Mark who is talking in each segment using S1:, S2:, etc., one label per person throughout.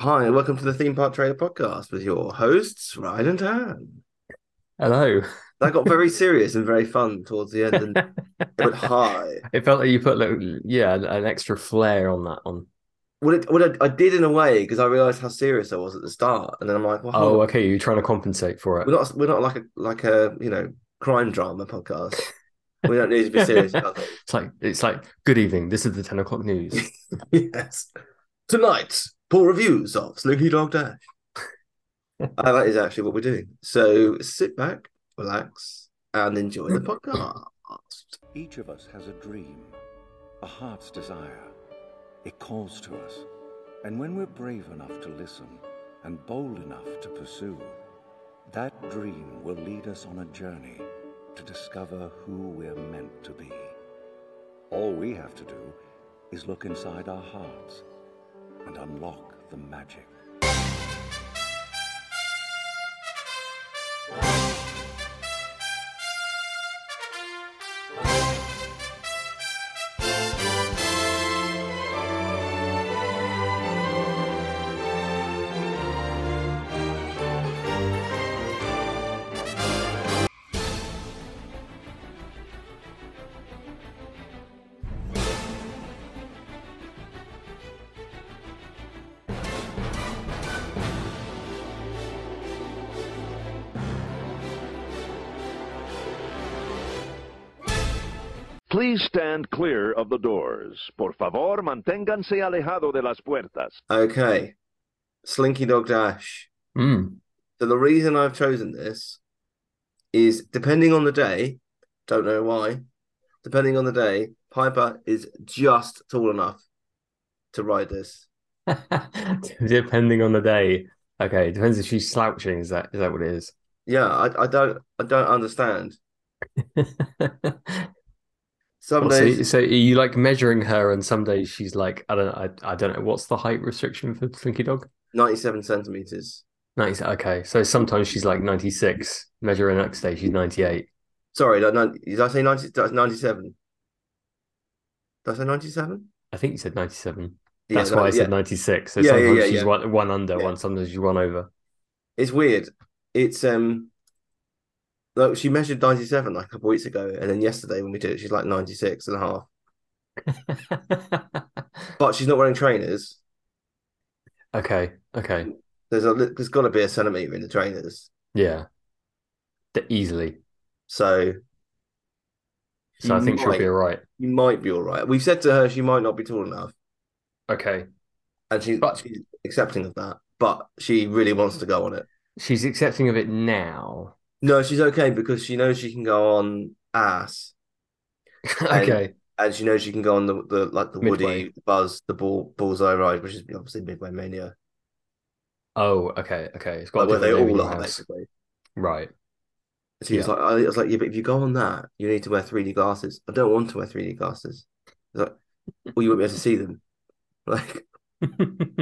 S1: Hi, and welcome to the Theme Park Trailer Podcast with your hosts, Ryan and Anne.
S2: Hello.
S1: That got very serious and very fun towards the end, and it went high.
S2: It felt like you put like, yeah an, an extra flair on that one.
S1: Well, it, well I, I did in a way because I realised how serious I was at the start, and then I'm like, well, hold
S2: Oh,
S1: on.
S2: okay. You're trying to compensate for it.
S1: we're not we're not like a like a you know crime drama podcast. we don't need to be serious about things.
S2: It's like it's like good evening. This is the ten o'clock news.
S1: Yes. Tonight, poor reviews of Slinky Dog Dash. uh, that is actually what we're doing. So sit back, relax, and enjoy the podcast.
S3: Each of us has a dream, a heart's desire. It calls to us. And when we're brave enough to listen and bold enough to pursue, that dream will lead us on a journey to discover who we're meant to be. All we have to do is look inside our hearts and unlock the magic.
S4: Please stand clear of the doors. Por favor, manténganse alejado de las puertas.
S1: Okay. Slinky Dog Dash.
S2: Mm.
S1: So the reason I've chosen this is depending on the day, don't know why, depending on the day, Piper is just tall enough to ride this.
S2: Depending on the day. Okay, depends if she's slouching. Is that is that what it is?
S1: Yeah, I, I don't I don't understand. Some
S2: Well, so,
S1: days
S2: so are you like measuring her, and some days she's like I don't I, I don't know what's the height restriction for Slinky Dog.
S1: 97 centimeters.
S2: Nice. Okay, so sometimes she's like ninety six. Measure her next day, she's ninety eight.
S1: Sorry, no, no, did I say 90, that's 97? Did I say 97?
S2: I think you said ninety seven.
S1: Yeah,
S2: That's why I
S1: that- yeah.
S2: said 96. So
S1: Yeah, yeah,
S2: sometimes
S1: yeah,
S2: she's
S1: yeah.
S2: One, one under,
S1: Yeah.
S2: one sometimes she's one over.
S1: It's weird. It's, um, look, she measured 97 like a couple weeks ago. And then yesterday when we did it, she's like 96 and a half. But she's not wearing trainers.
S2: okay, okay.
S1: There's a, there's got to be a centimeter in the trainers.
S2: Yeah. D- easily.
S1: So
S2: So I
S1: You
S2: think she'll
S1: might.
S2: be all right.
S1: you might be all right. We've said to her she might not be tall enough.
S2: Okay.
S1: And she,
S2: But-
S1: she's accepting of that. But she really wants to go on it.
S2: She's accepting of it now.
S1: No, she's okay because she knows she can go on ass. And-
S2: okay.
S1: and she knows she can go on the, the like the
S2: Midway.
S1: Woody, the Buzz, the Bull, Bullseye ride, which is obviously Midway Mania,
S2: Oh, okay, okay. It's got
S1: like,
S2: a
S1: where they
S2: different name in
S1: all
S2: your
S1: are
S2: house.
S1: basically.
S2: Right.
S1: And she was like, I was like, yeah, but if you go on that, you need to wear 3D glasses. I don't want to wear 3D glasses. It's like, well, you won't be able to see them. Like,
S2: and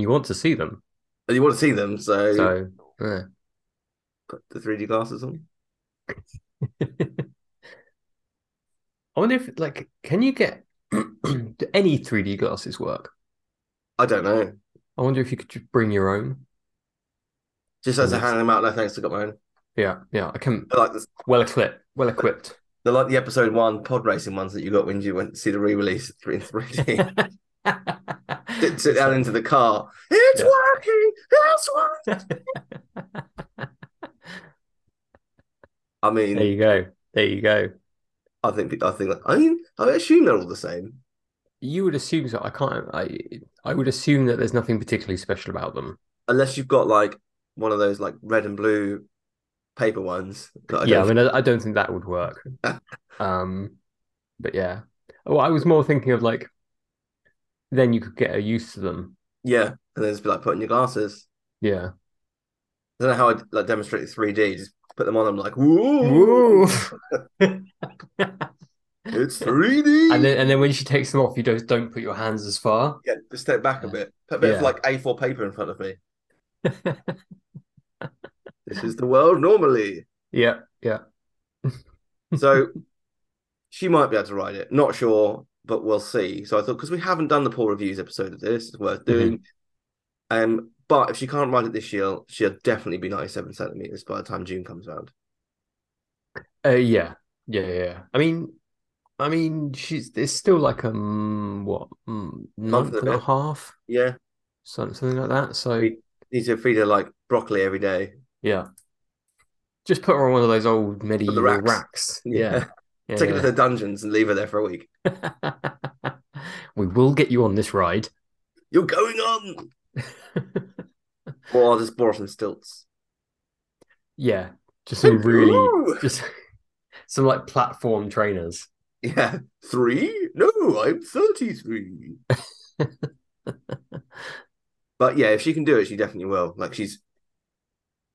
S2: you want to see them.
S1: and you want to see them, so,
S2: So yeah.
S1: put the 3D glasses on.
S2: I wonder if like can you get do any 3D glasses work?
S1: I don't know.
S2: I wonder if you could just bring your own.
S1: Just as I
S2: Unless-
S1: hand them out, no thanks, I got my own.
S2: Yeah, yeah. I can
S1: They're like the,
S2: well equipped, well equipped.
S1: they're like the episode one pod racing ones that you got when you went to see the re-release in 3D. sit, sit down into the car. It's
S2: Yeah.
S1: working. It's working. I
S2: there
S1: mean,
S2: you go. There you go.
S1: I think I think I mean I assume they're all the same.
S2: You would assume so. I can't. I I would assume that there's nothing particularly special about them.
S1: Unless you've got like one of those like red and blue paper ones. that I
S2: yeah, I
S1: don't-
S2: mean, I, I don't think that would work. um, but yeah. Well, I was more thinking of like, then you could get a use to them.
S1: yeah. And then just be like putting your glasses.
S2: Yeah.
S1: I don't know how I like demonstrated 3D, just put them on, I'm like, woo,
S2: Woo!
S1: it's 3D.
S2: and then and then when she takes them off, you don't don't put your hands as far.
S1: yeah, just step back a bit. Put a bit of
S2: Yeah.
S1: like A4 paper in front of me. This is the world normally.
S2: yeah. Yeah.
S1: So she might be able to ride it. Not sure. but we'll see. So I thought because we haven't done the poor reviews episode of this, it's
S2: Mm-hmm.
S1: worth doing. Um, but if she can't ride it this year, she'll definitely be ninety-seven centimeters by the time June comes around.
S2: Uh, yeah, yeah, yeah. I mean, I mean, she's it's still like a mm, what mm, month
S1: and a
S2: and a
S1: bit.
S2: half,
S1: Yeah,
S2: something, something like that. So
S1: Sweet. needs to feed her like broccoli every day.
S2: yeah, just put her on one of those old medieval
S1: racks.
S2: Yeah, yeah.
S1: Take her to the dungeons and leave her there for a week.
S2: we will get you on this ride.
S1: You're going on, or I'll just borrow some stilts.
S2: yeah, just some really
S1: Ooh.
S2: just some like platform trainers.
S1: Yeah, three? No, I'm 33. but yeah, if she can do it, she definitely will. Like she's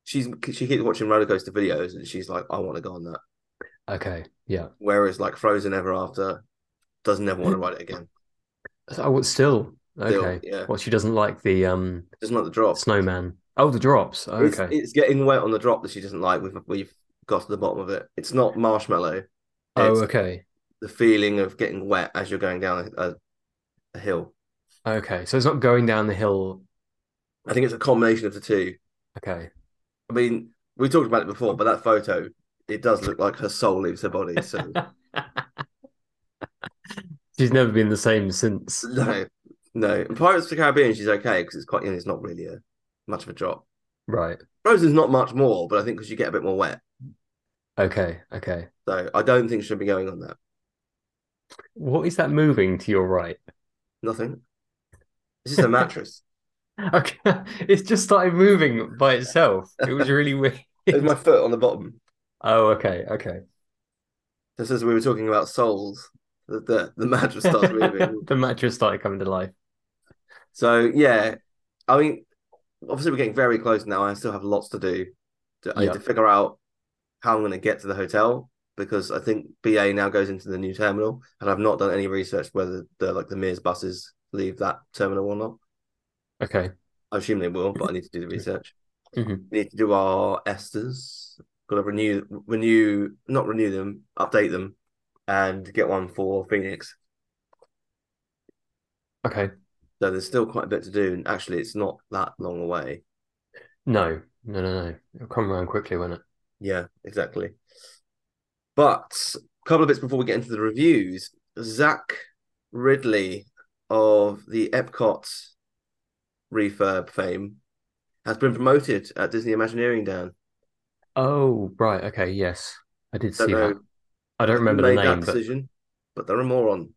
S1: she's she keeps watching roller coaster videos and she's like, I want to go on that.
S2: Okay, yeah.
S1: Whereas like Frozen Ever After doesn't ever want to ride it again.
S2: So I would still
S1: Still,
S2: okay.
S1: yeah.
S2: Well, she doesn't like the um
S1: Doesn't like the drop.
S2: snowman. Oh, the drops.
S1: It's,
S2: Okay.
S1: it's getting wet on the drop that she doesn't like. We've we've got to the bottom of it. It's not marshmallow.
S2: oh,
S1: It's
S2: okay.
S1: the feeling of getting wet as you're going down a, a, a hill.
S2: Okay. So it's not going down the hill.
S1: I think it's a combination of the two.
S2: Okay.
S1: I mean, we talked about it before, but that photo, it does look like her soul leaves her body. So
S2: She's never been the same since.
S1: no, no. In Pirates of the Caribbean, she's okay because it's quite, you know, it's not really a much of a drop.
S2: Right.
S1: Frozen's not much more, but I think because you get a bit more wet,
S2: Okay. Okay.
S1: so I don't think she'll be going on that.
S2: What is that moving to your right?
S1: Nothing. It's just a mattress.
S2: Okay. It's just started moving by itself. It was really weird.
S1: It's my foot on the bottom.
S2: Oh, okay. Okay.
S1: Just as we were talking about souls, the the, the mattress starts moving.
S2: the mattress started coming to life.
S1: So yeah, I mean, obviously we're getting very close now. I still have lots to do. To, I need
S2: Yeah.
S1: to figure out how I'm going to get to the hotel because I think BA now goes into the new terminal, and I've not done any research whether the like the Mears buses leave that terminal or not.
S2: Okay.
S1: I assume they will, but I need to do the research.
S2: Mhm.
S1: We need to do our esters. Got to renew, renew, not renew them, update them, and get one for Phoenix.
S2: Okay.
S1: So there's still quite a bit to do, and actually, it's not that long away.
S2: No. No. No. No. It'll come around quickly, won't it?
S1: Yeah, exactly. But a couple of bits before we get into the reviews, Zach Ridley of the Epcot refurb fame has been promoted at Disney Imagineering. Dan,
S2: Oh, right. Okay. Yes. I did
S1: Don't
S2: see
S1: know.
S2: that. I don't remember the
S1: made that
S2: name, but
S1: decision, but there are more on.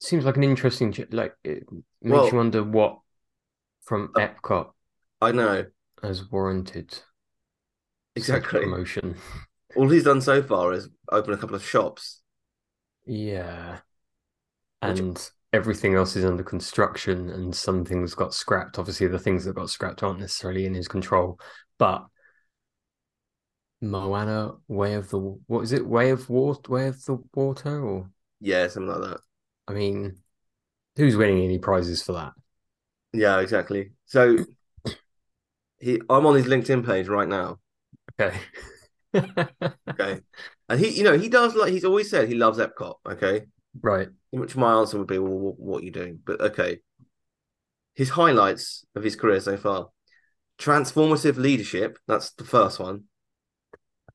S2: seems like an interesting, ch- like, it makes
S1: Well-
S2: you wonder what from Epcot
S1: I know
S2: has warranted such
S1: exactly.
S2: promotion.
S1: All he's done so far is open a couple of shops.
S2: Yeah.
S1: Which-
S2: And everything else is under construction, and some things got scrapped. Obviously, the things that got scrapped aren't necessarily in his control, but Moana, Way of the, what is it? Way of Water, Way of the Water, or
S1: Yeah, something like that.
S2: I mean, who's winning any prizes for that?
S1: Yeah, exactly. So he, I'm on his LinkedIn page right now.
S2: Okay.
S1: Okay, and he, you know, he does like he's always said he loves Epcot. Okay,
S2: Right.
S1: Which my answer would be, well, what, what are you doing? But okay. His highlights of his career so far transformative leadership. That's the first one.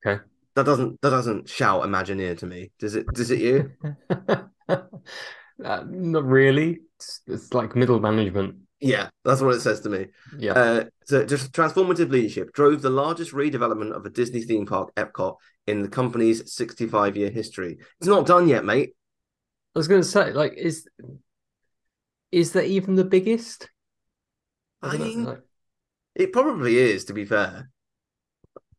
S2: Okay.
S1: That doesn't that doesn't shout Imagineer to me, does it? Does it you?
S2: Uh, not really. It's, it's like middle management.
S1: yeah, that's what it says to me.
S2: Yeah.
S1: Uh, so just transformative leadership drove the largest redevelopment of a Disney theme park, Epcot, in the company's 65 year history. It's not done yet, mate.
S2: I was going to say, like, is is that even the biggest?
S1: I
S2: dunno,
S1: mean,
S2: like-
S1: it probably is, to be fair.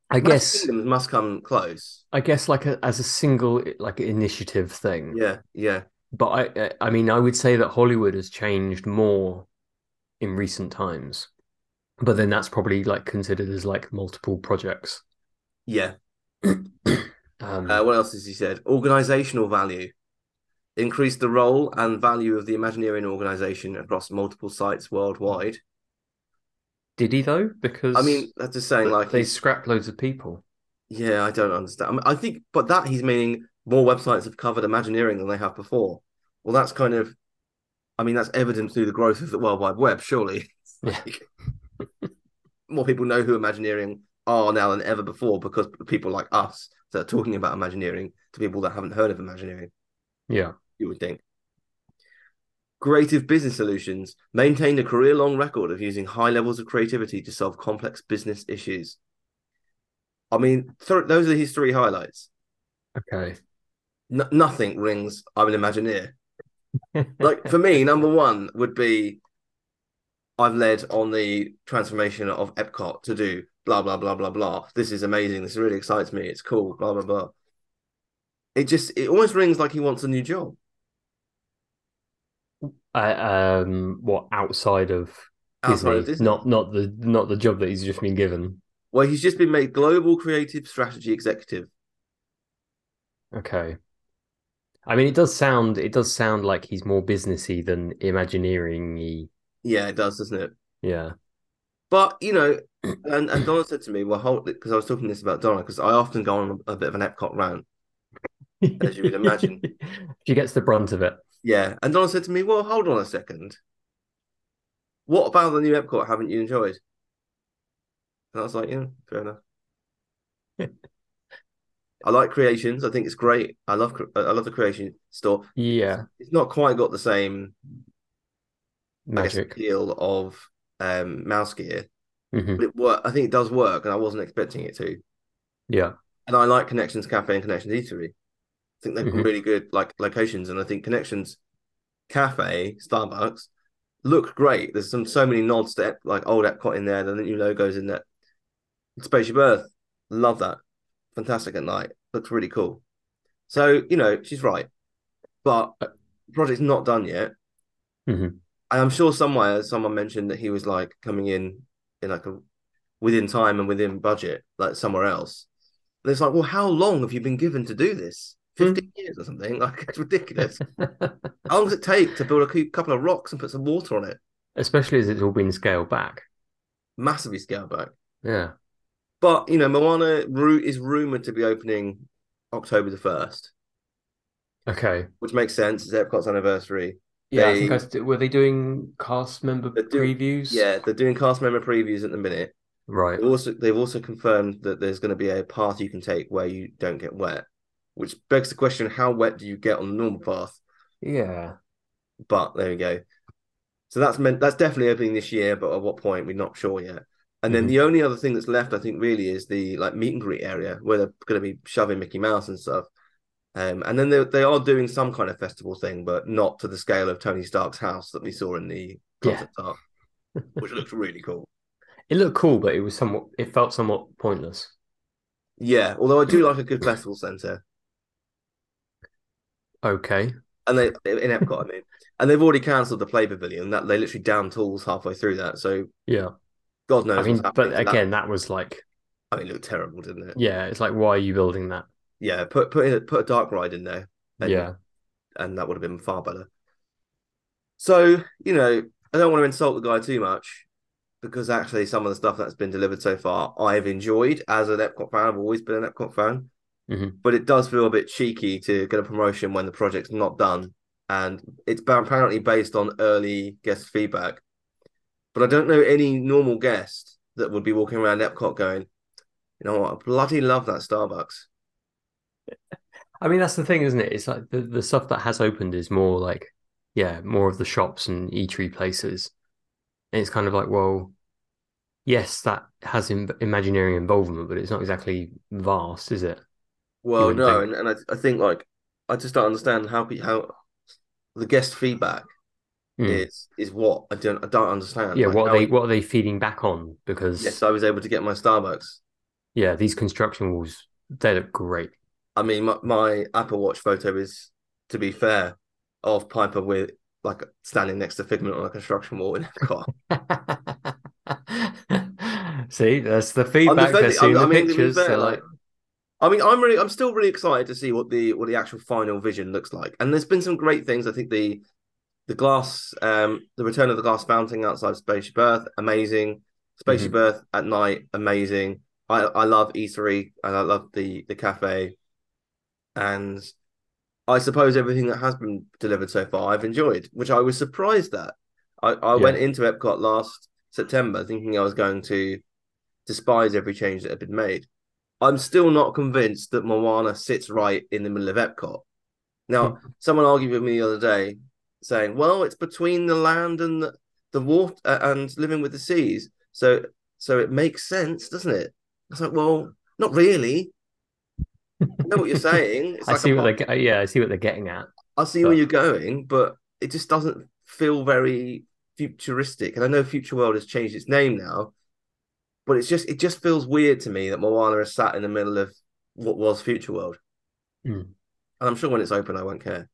S2: I
S1: Magic
S2: guess,
S1: Kingdom must come close.
S2: I guess, like a, as a single like initiative thing.
S1: Yeah, yeah.
S2: But I, I- I mean, I would say that Hollywood has changed more in recent times. But then that's probably like considered as like multiple projects.
S1: Yeah,
S2: Um,
S1: Uh, what else has he said? Organizational value. Increase the role and value of the Imagineering organization across multiple sites worldwide.
S2: Did he though? Because
S1: I mean, that's just saying,
S2: th-
S1: like,
S2: they
S1: he's-
S2: scrap loads of people.
S1: yeah, I don't understand. I, mean, I think, but that he's meaning more websites have covered Imagineering than they have before. Well, that's kind of, I mean, that's evident through the growth of the World Wide Web, surely.
S2: Yeah.
S1: Like, more people know who Imagineering are now than ever before because people like us that are talking about Imagineering to people that haven't heard of Imagineering
S2: Yeah.
S1: you would think. Creative business solutions maintained a career long record of using high levels of creativity to solve complex business issues. I mean, th- those are his three highlights.
S2: Okay.
S1: N- nothing rings, I'm an Imagineer. Like, for me, number one would be I've led on the transformation of Epcot to do blah, blah, blah, blah, blah. This is amazing. This really excites me. It's cool, blah, blah, blah. It just, it almost rings like he wants a new job.
S2: I, um, what outside of
S1: outside of
S2: Disney,
S1: Disney.
S2: not not the not the job that he's just been given.
S1: Well, he's just been made global creative strategy executive.
S2: Okay. I mean, it does sound it does sound like he's more businessy than Imagineering-y.
S1: Yeah, it does, doesn't it?
S2: Yeah.
S1: But you know, and, and Donna said to me, "Well, hold it," because I was talking this about Donna because I often go on a, a bit of an Epcot rant. As you would imagine.
S2: she gets the brunt of it.
S1: Yeah, and Donna said to me, "Well, hold on a second. What about the new Epcot? Haven't you enjoyed?" And I was like, "Yeah, fair enough." I like creations. I think it's great. I love cre- I love the creation store.
S2: Yeah.
S1: It's not quite got the same I guess,
S2: Magic.
S1: appeal of um, Mouse Gear,
S2: hmm
S1: but it work. I think it does work, and I wasn't expecting it to.
S2: Yeah.
S1: and I like Connections Cafe and Connections Eatery. I think they've got
S2: Mhm.
S1: really good like locations, and I think Connections Cafe, Starbucks, look great. There's some so many nods to Ep- like old Epcot in there, the new logos in there. Spaceship Earth, love that, fantastic at night, looks really cool. So you know she's right, but the project's not done yet.
S2: Mhm.
S1: And I'm sure somewhere someone mentioned that he was like coming in in like a within time and within budget, like somewhere else. And it's like, well, how long have you been given to do this? 15 years or something? Like, it's ridiculous. how long does it take to build a cou- couple of rocks and put some water on it?
S2: Especially as it's all been scaled back.
S1: Massively scaled back.
S2: Yeah.
S1: But, you know, Moana ru- is rumored to be opening October the 1st,
S2: Okay.
S1: which makes sense. It's Epcot's anniversary.
S2: Yeah, I
S1: They-
S2: think I st- were they doing cast member
S1: They're doing-
S2: previews?
S1: Yeah, they're doing cast member previews at the minute.
S2: Right.
S1: They've also, they've also confirmed that there's going to be a path you can take where you don't get wet, which begs the question how wet do you get on the normal path?
S2: Yeah.
S1: but there we go. So that's meant that's definitely opening this year, but at what point we're not sure yet. And then
S2: Mhm.
S1: the only other thing that's left, I think, really is the like meet and greet area where they're going to be shoving Mickey Mouse and stuff. Um, and then they they are doing some kind of festival thing, but not to the scale of Tony Stark's house that we saw in the
S2: Yeah.
S1: concept art, which looks really cool.
S2: It looked cool, but it was somewhat it felt somewhat pointless.
S1: Yeah, although I do like a good festival center,
S2: Okay.
S1: and they in Epcot, I mean, and they've already cancelled the play pavilion. That they literally down tools halfway through that, so
S2: Yeah.
S1: God knows.
S2: I mean,
S1: what's happening
S2: but
S1: to that.
S2: again, that was like,
S1: I mean, it looked terrible, didn't it?
S2: yeah, it's like, why are you building that?
S1: Yeah, put put in a, put a dark ride in there, and,
S2: Yeah.
S1: and that would have been far better. So you know, I don't want to insult the guy too much because actually, some of the stuff that's been delivered so far, I've enjoyed as an Epcot fan. I've always been an Epcot fan,
S2: Mhm.
S1: but it does feel a bit cheeky to get a promotion when the project's not done, and it's ba- apparently based on early guest feedback. But I don't know any normal guest that would be walking around Epcot going, you know what, I bloody love that Starbucks.
S2: I mean, that's the thing, isn't it? It's like the, the stuff that has opened is more like, yeah, more of the shops and eatery places. And it's kind of like, well, yes, that has Im- Imagineering involvement, but it's not exactly vast, is it?
S1: Well,
S2: wouldn't
S1: no,
S2: think.
S1: and, and I, I think like I just don't understand how pe- how the guest feedback
S2: Hmm.
S1: is is what I don't I don't understand.
S2: Yeah,
S1: Like,
S2: what
S1: how
S2: are they what are they feeding back on? Because
S1: yes, I was able to get my Starbucks.
S2: yeah, these construction walls they look great.
S1: I mean, my, my Apple Watch photo is, to be fair, of Piper with like standing next to Figment on a construction wall in Epcot.
S2: See, that's the
S1: I'm
S2: feedback. They're
S1: defending-
S2: seeing
S1: I
S2: the
S1: mean, to be
S2: pictures.
S1: fair,
S2: They're
S1: like,
S2: like,
S1: I mean, I'm really, I'm still really excited to see what the what the actual final vision looks like. And there's been some great things. I think the the glass, um, the return of the glass fountain outside Spaceship Earth, amazing. Spaceship Earth at night, amazing. E I I love Eatery and I love the the cafe, and I suppose everything that has been delivered so far, I've enjoyed, which I was surprised at. I, I
S2: Yeah.
S1: went into Epcot last September thinking I was going to despise every change that had been made. I'm still not convinced that Moana sits right in the middle of Epcot. Now,
S2: Hmm.
S1: someone argued with me the other day saying, "Well, it's between the land and the, the water uh, and living with the seas, so so it makes sense, doesn't it?" I was like, "Well, not really. I know what you're saying. It's
S2: I
S1: like a
S2: see what
S1: pub-
S2: they're ge- yeah, I see what they're getting at.
S1: I see where
S2: But-
S1: you're going, but it just doesn't feel very futuristic. And I know Future World has changed its name now, but it's just it just feels weird to me that Moana is sat in the middle of what was Future World.
S2: Mm.
S1: And I'm sure when it's open, I won't care.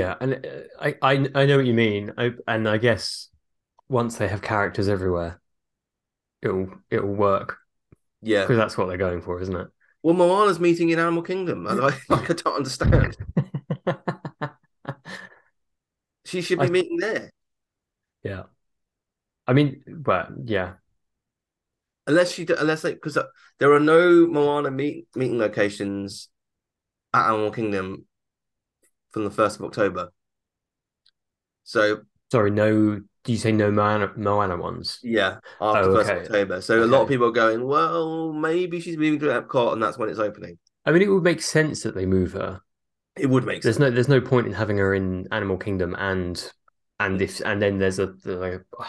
S2: Yeah, and uh, I, I I know what you mean. I, and I guess once they have characters everywhere, it'll it'll work
S1: Yeah.
S2: because that's what they're going for, isn't
S1: Well, Moana's meeting in Animal Kingdom. and I like I don't understand.
S2: it?
S1: She should be
S2: I-
S1: meeting there,
S2: I mean, but yeah,
S1: unless she do- unless they because there are no Moana meet, meeting locations at Animal Kingdom from the first of October. So
S2: sorry, no. Do you say no Moana, Moana ones?
S1: yeah, after
S2: Oh,
S1: first of
S2: okay.
S1: October. So a lot of
S2: Okay.
S1: people are going. Well, maybe she's moving to Epcot, and that's when it's opening.
S2: I mean, it would make sense that they move her.
S1: It would make sense.
S2: There's no there's no point in having her in Animal Kingdom and and if and then there's a like a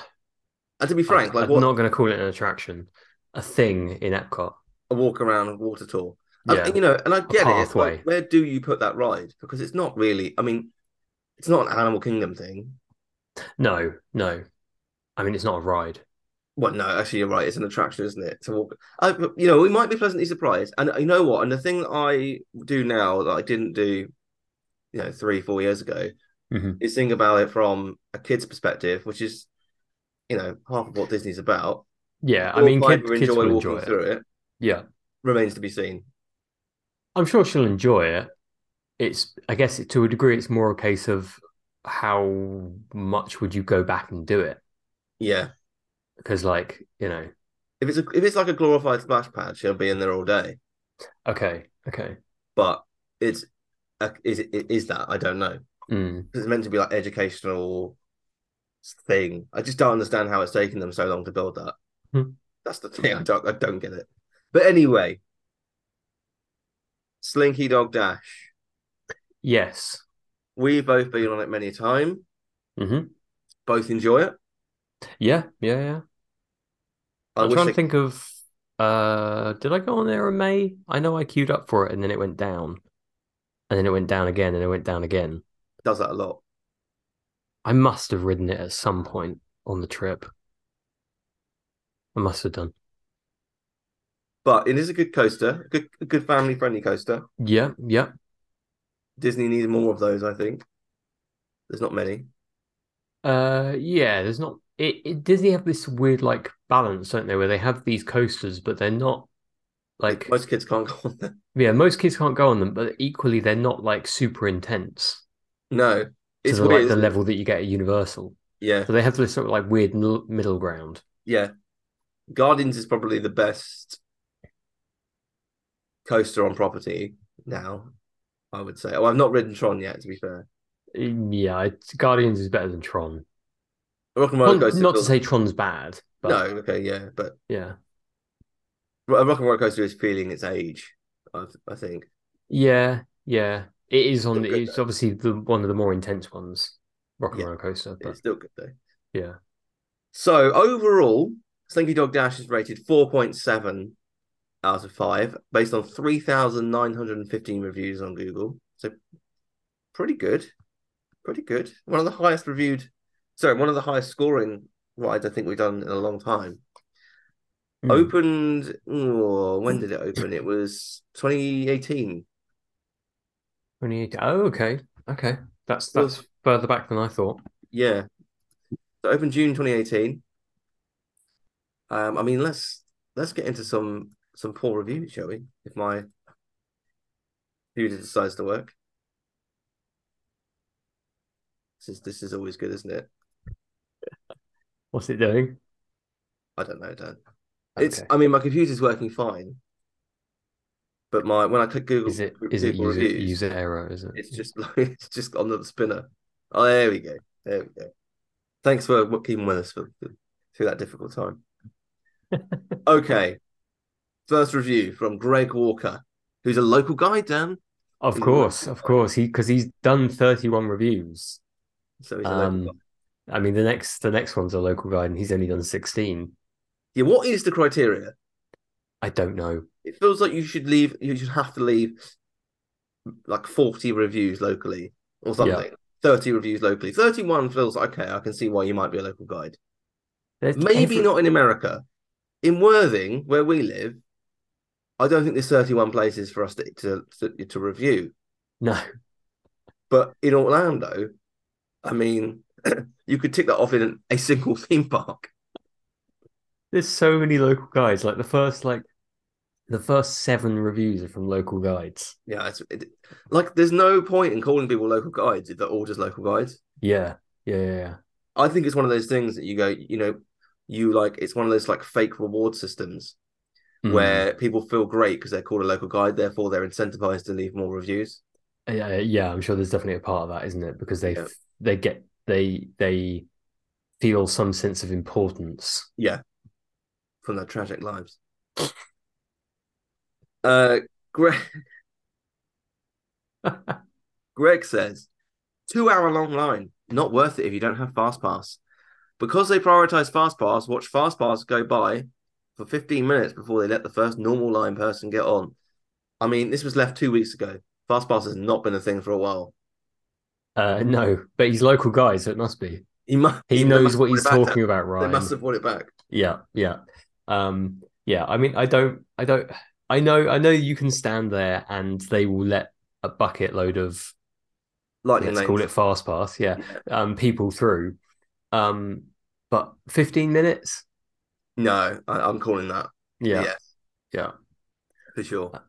S1: And to be frank,
S2: I,
S1: like
S2: am
S1: what
S2: not going to call it an attraction, a thing in Epcot.
S1: a walk around a water tour. And,
S2: Yeah,
S1: you know, and I get it. It's
S2: pathway.
S1: like, where do you put that ride? Because it's not really. I mean, it's not an Animal Kingdom thing.
S2: no, no. I mean, it's not a ride.
S1: Well, no, actually, you're right. It's an attraction, isn't it? To walk, I, you know, we might be pleasantly surprised. And you know what? And the thing that I do now that I didn't do, you know, three, four years ago,
S2: Mhm.
S1: is think about it from a kid's perspective, which is, you know, half of what Disney's about.
S2: Yeah, I
S1: Will
S2: mean, kid,
S1: Piper
S2: kids will enjoy
S1: walking
S2: it.
S1: through it.
S2: Yeah,
S1: Remains to be seen.
S2: I'm sure she'll enjoy it. It's, I guess, it, to a degree, it's more a case of how much would you go back and do it?
S1: Yeah.
S2: Because, like, you know,
S1: If it's a, if it's like a glorified splash pad, she'll be in there all day.
S2: okay, okay,
S1: but it's uh, is it is that I don't know.
S2: mm,
S1: It's meant to be like educational thing. I just don't understand how it's taken them so long to build that.
S2: Hmm.
S1: That's the thing. I don't I don't get it. But anyway, Slinky Dog Dash.
S2: yes,
S1: We've both been on it many a time.
S2: hmm
S1: Both enjoy it.
S2: yeah, yeah, yeah.
S1: I
S2: I'm
S1: wish
S2: trying to
S1: it-
S2: think of, uh, did I go on there in May? I know I queued up for it and then it went down, and then it went down again, and it went down again.
S1: does that a lot.
S2: I must have ridden it at some point on the trip. I must have done.
S1: But it is a good coaster, good good family friendly coaster.
S2: Yeah, yeah.
S1: Disney needs more of those, I think. There's not many.
S2: Uh, yeah, there's not it, it Disney have this weird like balance, don't they, where they have these coasters, but they're not like
S1: Most kids can't go on them.
S2: yeah, most kids can't go on them, but equally they're not like super intense
S1: No,
S2: to
S1: it's
S2: the,
S1: weird.
S2: like the
S1: isn't it?
S2: level that you get at Universal.
S1: Yeah.
S2: So they have this sort of like weird mil- middle ground.
S1: Yeah. Guardians is probably the best coaster on property now, I would say. Oh, I've not ridden Tron yet, to be fair.
S2: Mm, Yeah, it's, Guardians is better than Tron.
S1: Rock and Roller
S2: Not,
S1: Coaster.
S2: not to
S1: feels-
S2: say Tron's bad, but
S1: No, okay, yeah. But
S2: yeah,
S1: Ro- Rock and Roller Coaster is feeling its age, I, I think.
S2: yeah, yeah. It is on
S1: Still
S2: the.
S1: good,
S2: It's
S1: though.
S2: obviously the one of the more intense ones, Rock and
S1: Yeah.
S2: Roller Coaster. But
S1: It's still good, though.
S2: yeah,
S1: So overall, Slinky Dog Dash is rated 4.7 out of 5 based on 3,915 reviews on Google. So pretty good. Pretty good. One of the highest reviewed, sorry, one of the highest scoring rides I think we've done in a long time.
S2: Mm.
S1: Opened, oh, when
S2: Hmm.
S1: did it open? It was 2018.
S2: 28. Oh, okay. Okay. That's
S1: Well-
S2: that's further back than I thought.
S1: Yeah. So it opened June 2018. Um, I mean, let's let's get into some some poor reviews, shall we? If my computer decides to work. This is this is always good, isn't it?
S2: What's it doing?
S1: I don't know, Dan. It's
S2: Okay.
S1: I mean my computer's working fine. But my when I click Google,
S2: Is it is it
S1: Google
S2: user,
S1: reviews,
S2: user error? Is it?
S1: it's just like, it's just on the spinner. Oh, there we go. There we go. Thanks for w- keeping with us for, through that difficult time. okay, first review from Greg Walker, who's a local guy, Dan.
S2: of course, of course. He because he's done thirty one reviews.
S1: So he's a
S2: Um,
S1: local guy.
S2: I mean, the next the next one's a local guide, and he's only done sixteen.
S1: Yeah, what is the criteria?
S2: I don't know.
S1: It feels like you should leave. You should have to leave like forty reviews locally or something. Thirty reviews locally. Thirty-one feels like, okay. I can see why you might be a local guide.
S2: There's
S1: Maybe
S2: every-
S1: not in America. In Worthing, where we live, I don't think there's thirty-one places for us to to, to, to review.
S2: No,
S1: But in Orlando, I mean, you could tick that off in a single theme park.
S2: there's so many local guides. Like the first like the first seven reviews are from local guides.
S1: Yeah, it's it, like there's no point in calling people local guides if they're all just local guides.
S2: Yeah, yeah, yeah. yeah.
S1: I think it's one of those things that you go, you know, you like it's one of those like fake reward systems
S2: Mm.
S1: where people feel great because they're called a local guide, therefore they're incentivized to leave more reviews.
S2: yeah, Uh, yeah, I'm sure there's definitely a part of that, isn't it? Because they
S1: Yeah.
S2: f- they get they they feel some sense of importance.
S1: from their tragic lives. Uh, Greg, Greg says, two hour long line, not worth it if you don't have Fast Pass. Because they prioritize Fast Pass, watch Fast Pass go by for 15 minutes before they let the first normal line person get on. I mean, this was left two weeks ago. Fast Pass has not been a thing for a while.
S2: Uh, no, but he's local guy, so it must be.
S1: He, mu-
S2: He
S1: they must
S2: knows
S1: have
S2: what
S1: brought
S2: he's
S1: it back to-
S2: talking about,
S1: They
S2: Ryan.
S1: must have brought it back.
S2: Yeah, yeah. Um, yeah, I mean, I don't, I don't, I know, I know you can stand there and they will let a bucket load of
S1: Lightning
S2: let's
S1: lanes.
S2: call it fast pass, yeah, um, people through. Um, but 15 minutes?
S1: No, I, I'm calling that.
S2: Yeah.
S1: Yeah.
S2: Yeah. Uh,
S1: For sure.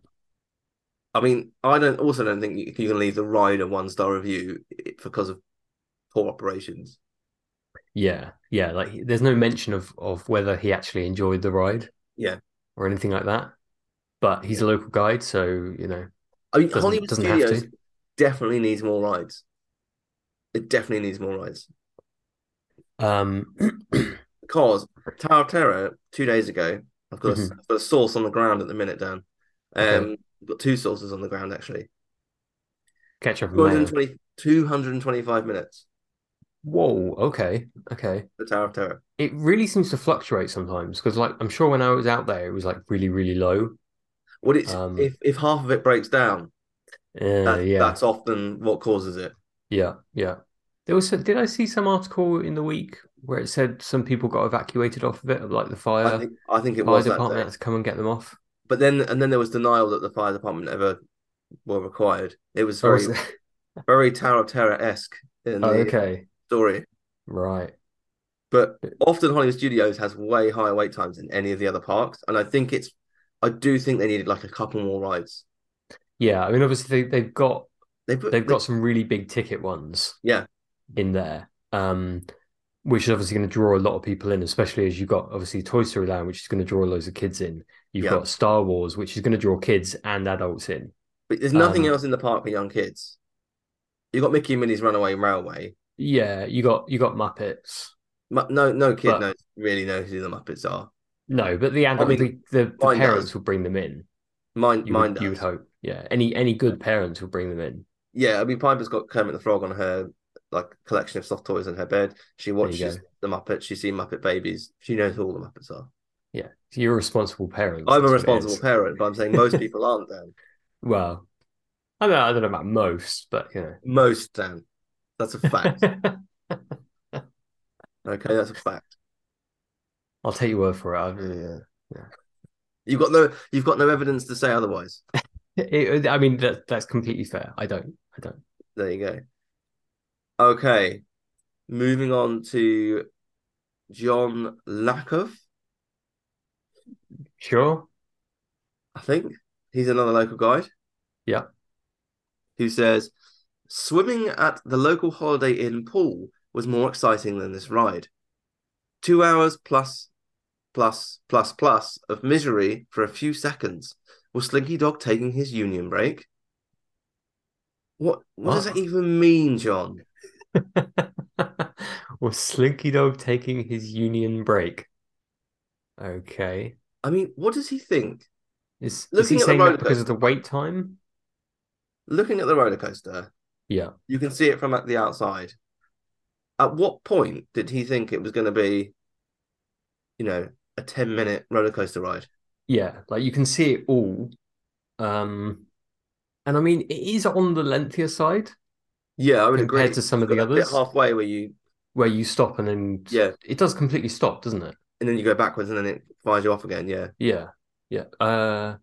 S1: I mean, I don't also don't think you you can leave the ride a one star review i- because of poor operations.
S2: Yeah, yeah. Like he- there's no mention of of whether he actually enjoyed the ride.
S1: Yeah.
S2: Or anything like that. But he's a local guide, so you know.
S1: I mean,
S2: Doesn't-
S1: Hollywood
S2: doesn't have
S1: Studios
S2: to.
S1: definitely needs more rides. It definitely needs more rides
S2: Um
S1: because Tower of Terror two days ago. I've got, a, I've got a source on the ground at the minute, Dan. Um,
S2: Mm-hmm. Okay.
S1: I've got two sources on the ground actually.
S2: catch up and mail.
S1: 220, 225 minutes.
S2: Whoa, okay, okay.
S1: The Tower of Terror.
S2: It really seems to fluctuate sometimes because like I'm sure when I was out there it was like really, really low.
S1: What it's
S2: Um,
S1: if if half of it breaks down,
S2: Uh,
S1: that,
S2: yeah.
S1: that's often what causes it.
S2: Yeah, yeah. There was some, did I see some article in the week where it said some people got evacuated off of it, like the
S1: I
S2: fire
S1: think I think it
S2: fire
S1: was that
S2: department
S1: day.
S2: had to come and get them off.
S1: But then, and then there was denial that the fire department ever were required. It was
S2: Or
S1: very,
S2: is it-
S1: very Tower of Terror esque in
S2: Oh,
S1: the
S2: okay,
S1: story.
S2: right.
S1: But often Hollywood Studios has way higher wait times than any of the other parks, and I think it's, I do think they needed like a couple more rides.
S2: Yeah, I mean, obviously they, they've got
S1: They put,
S2: they've got some really big ticket ones.
S1: Yeah.
S2: in there, um, which is obviously going to draw a lot of people in, especially as you've got obviously Toy Story Land, which is going to draw loads of kids in. You've
S1: Yeah.
S2: got Star Wars, which is going to draw kids and adults in.
S1: but there's nothing
S2: um,
S1: else in the park for young kids. You got Mickey and Minnie's Runaway Railway.
S2: Yeah, you got you got Muppets.
S1: Mu- No, no kid
S2: But-
S1: knows really knows who the Muppets are.
S2: No, but the adult,
S1: mean,
S2: the, the, the
S1: mine
S2: parents
S1: does.
S2: will bring them in.
S1: Mine,
S2: You
S1: mine
S2: would, you would
S1: does.
S2: hope. Yeah. Any any good parents will bring them in.
S1: Yeah, I mean, Piper's got Kermit the Frog on her like collection of soft toys in her bed. She
S2: you
S1: watches the Muppets. She's seen Muppet Babies. She knows who all the Muppets are.
S2: Yeah. So you're a responsible parent.
S1: I'm a
S2: that's what it
S1: responsible
S2: is.
S1: parent, but I'm saying most people aren't. Dan,
S2: Well, I don't, I don't know about most, but you know.
S1: most Dan, that's a fact. okay, that's a fact.
S2: I'll take your word for it. I,
S1: You've got no, you've got no evidence to say otherwise.
S2: it, I mean, that, that's completely fair. I don't. I don't.
S1: There you go. Okay, moving on to John Lackov.
S2: Sure.
S1: I think he's another local guide.
S2: Yeah.
S1: Who says swimming at the local Holiday Inn pool was more exciting than this ride. Two hours plus, plus, plus, plus of misery for a few seconds. was Slinky Dog taking his union break? What what, does
S2: What?
S1: that even mean, John?
S2: Was Slinky Dog taking his union break? Okay.
S1: I mean, what does he think?
S2: Is, is
S1: Looking
S2: he
S1: at the
S2: saying that
S1: road,
S2: because of the wait time?
S1: Looking at the roller coaster,
S2: Yeah.
S1: you can see it from at the outside. At what point did he think it was going to be, you know, a ten minute roller coaster ride?
S2: Yeah. Like you can see it all. Um, and I mean, it is on the lengthier side
S1: Yeah, I would
S2: compared
S1: agree.
S2: to some of
S1: Got
S2: the
S1: that bit
S2: others
S1: halfway where you
S2: where you stop and then
S1: yeah,
S2: it does completely stop, doesn't it?
S1: and then you go backwards and then it fires you off again. Yeah,
S2: Yeah. Yeah. Uh,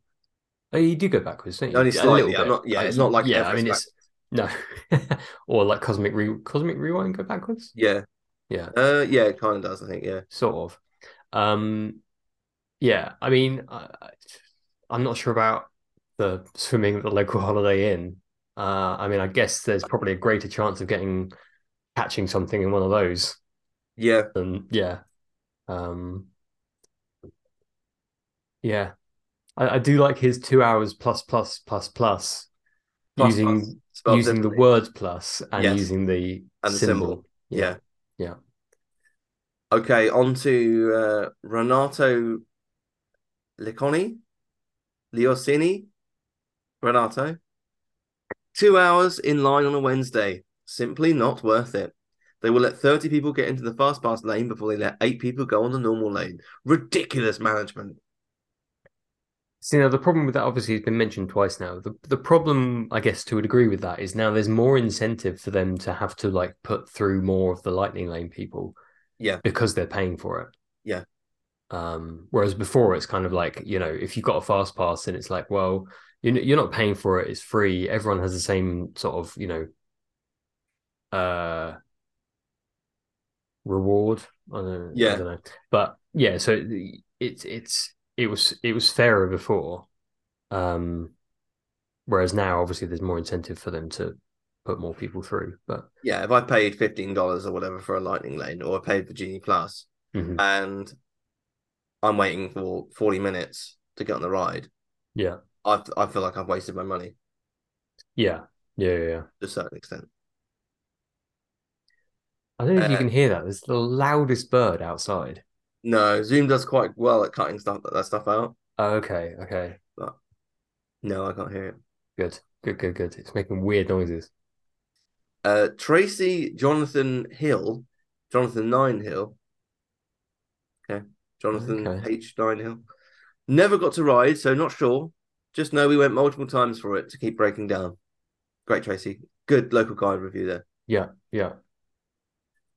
S2: oh, you do go backwards, don't you?
S1: Only
S2: A little
S1: slightly, I'm
S2: bit.
S1: not- yeah,
S2: Uh,
S1: it's not like
S2: yeah, I mean,
S1: Everest
S2: it's no, or like Cosmic Re Cosmic Rewind go backwards.
S1: yeah,
S2: Yeah.
S1: uh, yeah. It kind of does, I think. Yeah,
S2: sort of. Um, yeah, I mean, I, I- I'm not sure about the swimming at the local Holiday Inn. Uh, I mean, I guess there's probably a greater chance of getting catching something in one of those
S1: yeah.
S2: than yeah, um, yeah. I, I do like his two hours plus plus plus plus
S1: Plus,
S2: using
S1: plus, spelled
S2: using the
S1: differently.
S2: word plus and
S1: Yes.
S2: using the
S1: And the symbol. Yeah.
S2: Yeah.
S1: Okay, on to uh, Renato Liconi, Liosini, Renato. Two hours in line on a Wednesday. Simply not worth it. They will let 30 people get into the fast pass lane before they let eight people go on the normal lane. Ridiculous management.
S2: See, now the problem with that obviously has been mentioned twice now. The the problem, I guess, to a degree with that is now there's more incentive for them to have to like put through more of the lightning lane people.
S1: Yeah.
S2: Because they're paying for it.
S1: Yeah.
S2: Um, whereas before it's kind of like, you know, if you've got a fast pass and it's like, well, you know, you're not paying for it, it's free. Everyone has the same sort of, you know, uh reward. I don't, I
S1: Yeah.
S2: don't know. But yeah, so the- it's it's it was it was fairer before. Um whereas now obviously there's more incentive for them to put more people through. But
S1: Yeah, if I paid $15 or whatever for a lightning lane or I paid for Genie Plus Mm-hmm.
S2: Mhm.
S1: and I'm waiting for 40 minutes to get on the ride,
S2: yeah.
S1: I, I feel like I've wasted my money
S2: Yeah. Yeah, yeah, yeah.
S1: to a certain extent.
S2: I don't know if you
S1: Uh,
S2: can hear that. There's the loudest bird outside.
S1: No, Zoom does quite well at cutting stuff that stuff out.
S2: Oh, okay, okay.
S1: No, I can't hear it.
S2: Good. Good, good, good. It's making weird noises.
S1: Uh, Tracy Jonathan Hill, Jonathan Nine Hill. Okay, Jonathan
S2: Okay.
S1: H Nine Hill. Never got to ride, so not sure. Just know we went multiple times for it to keep breaking down. Great, Tracy. Good local guide review there.
S2: Yeah, yeah.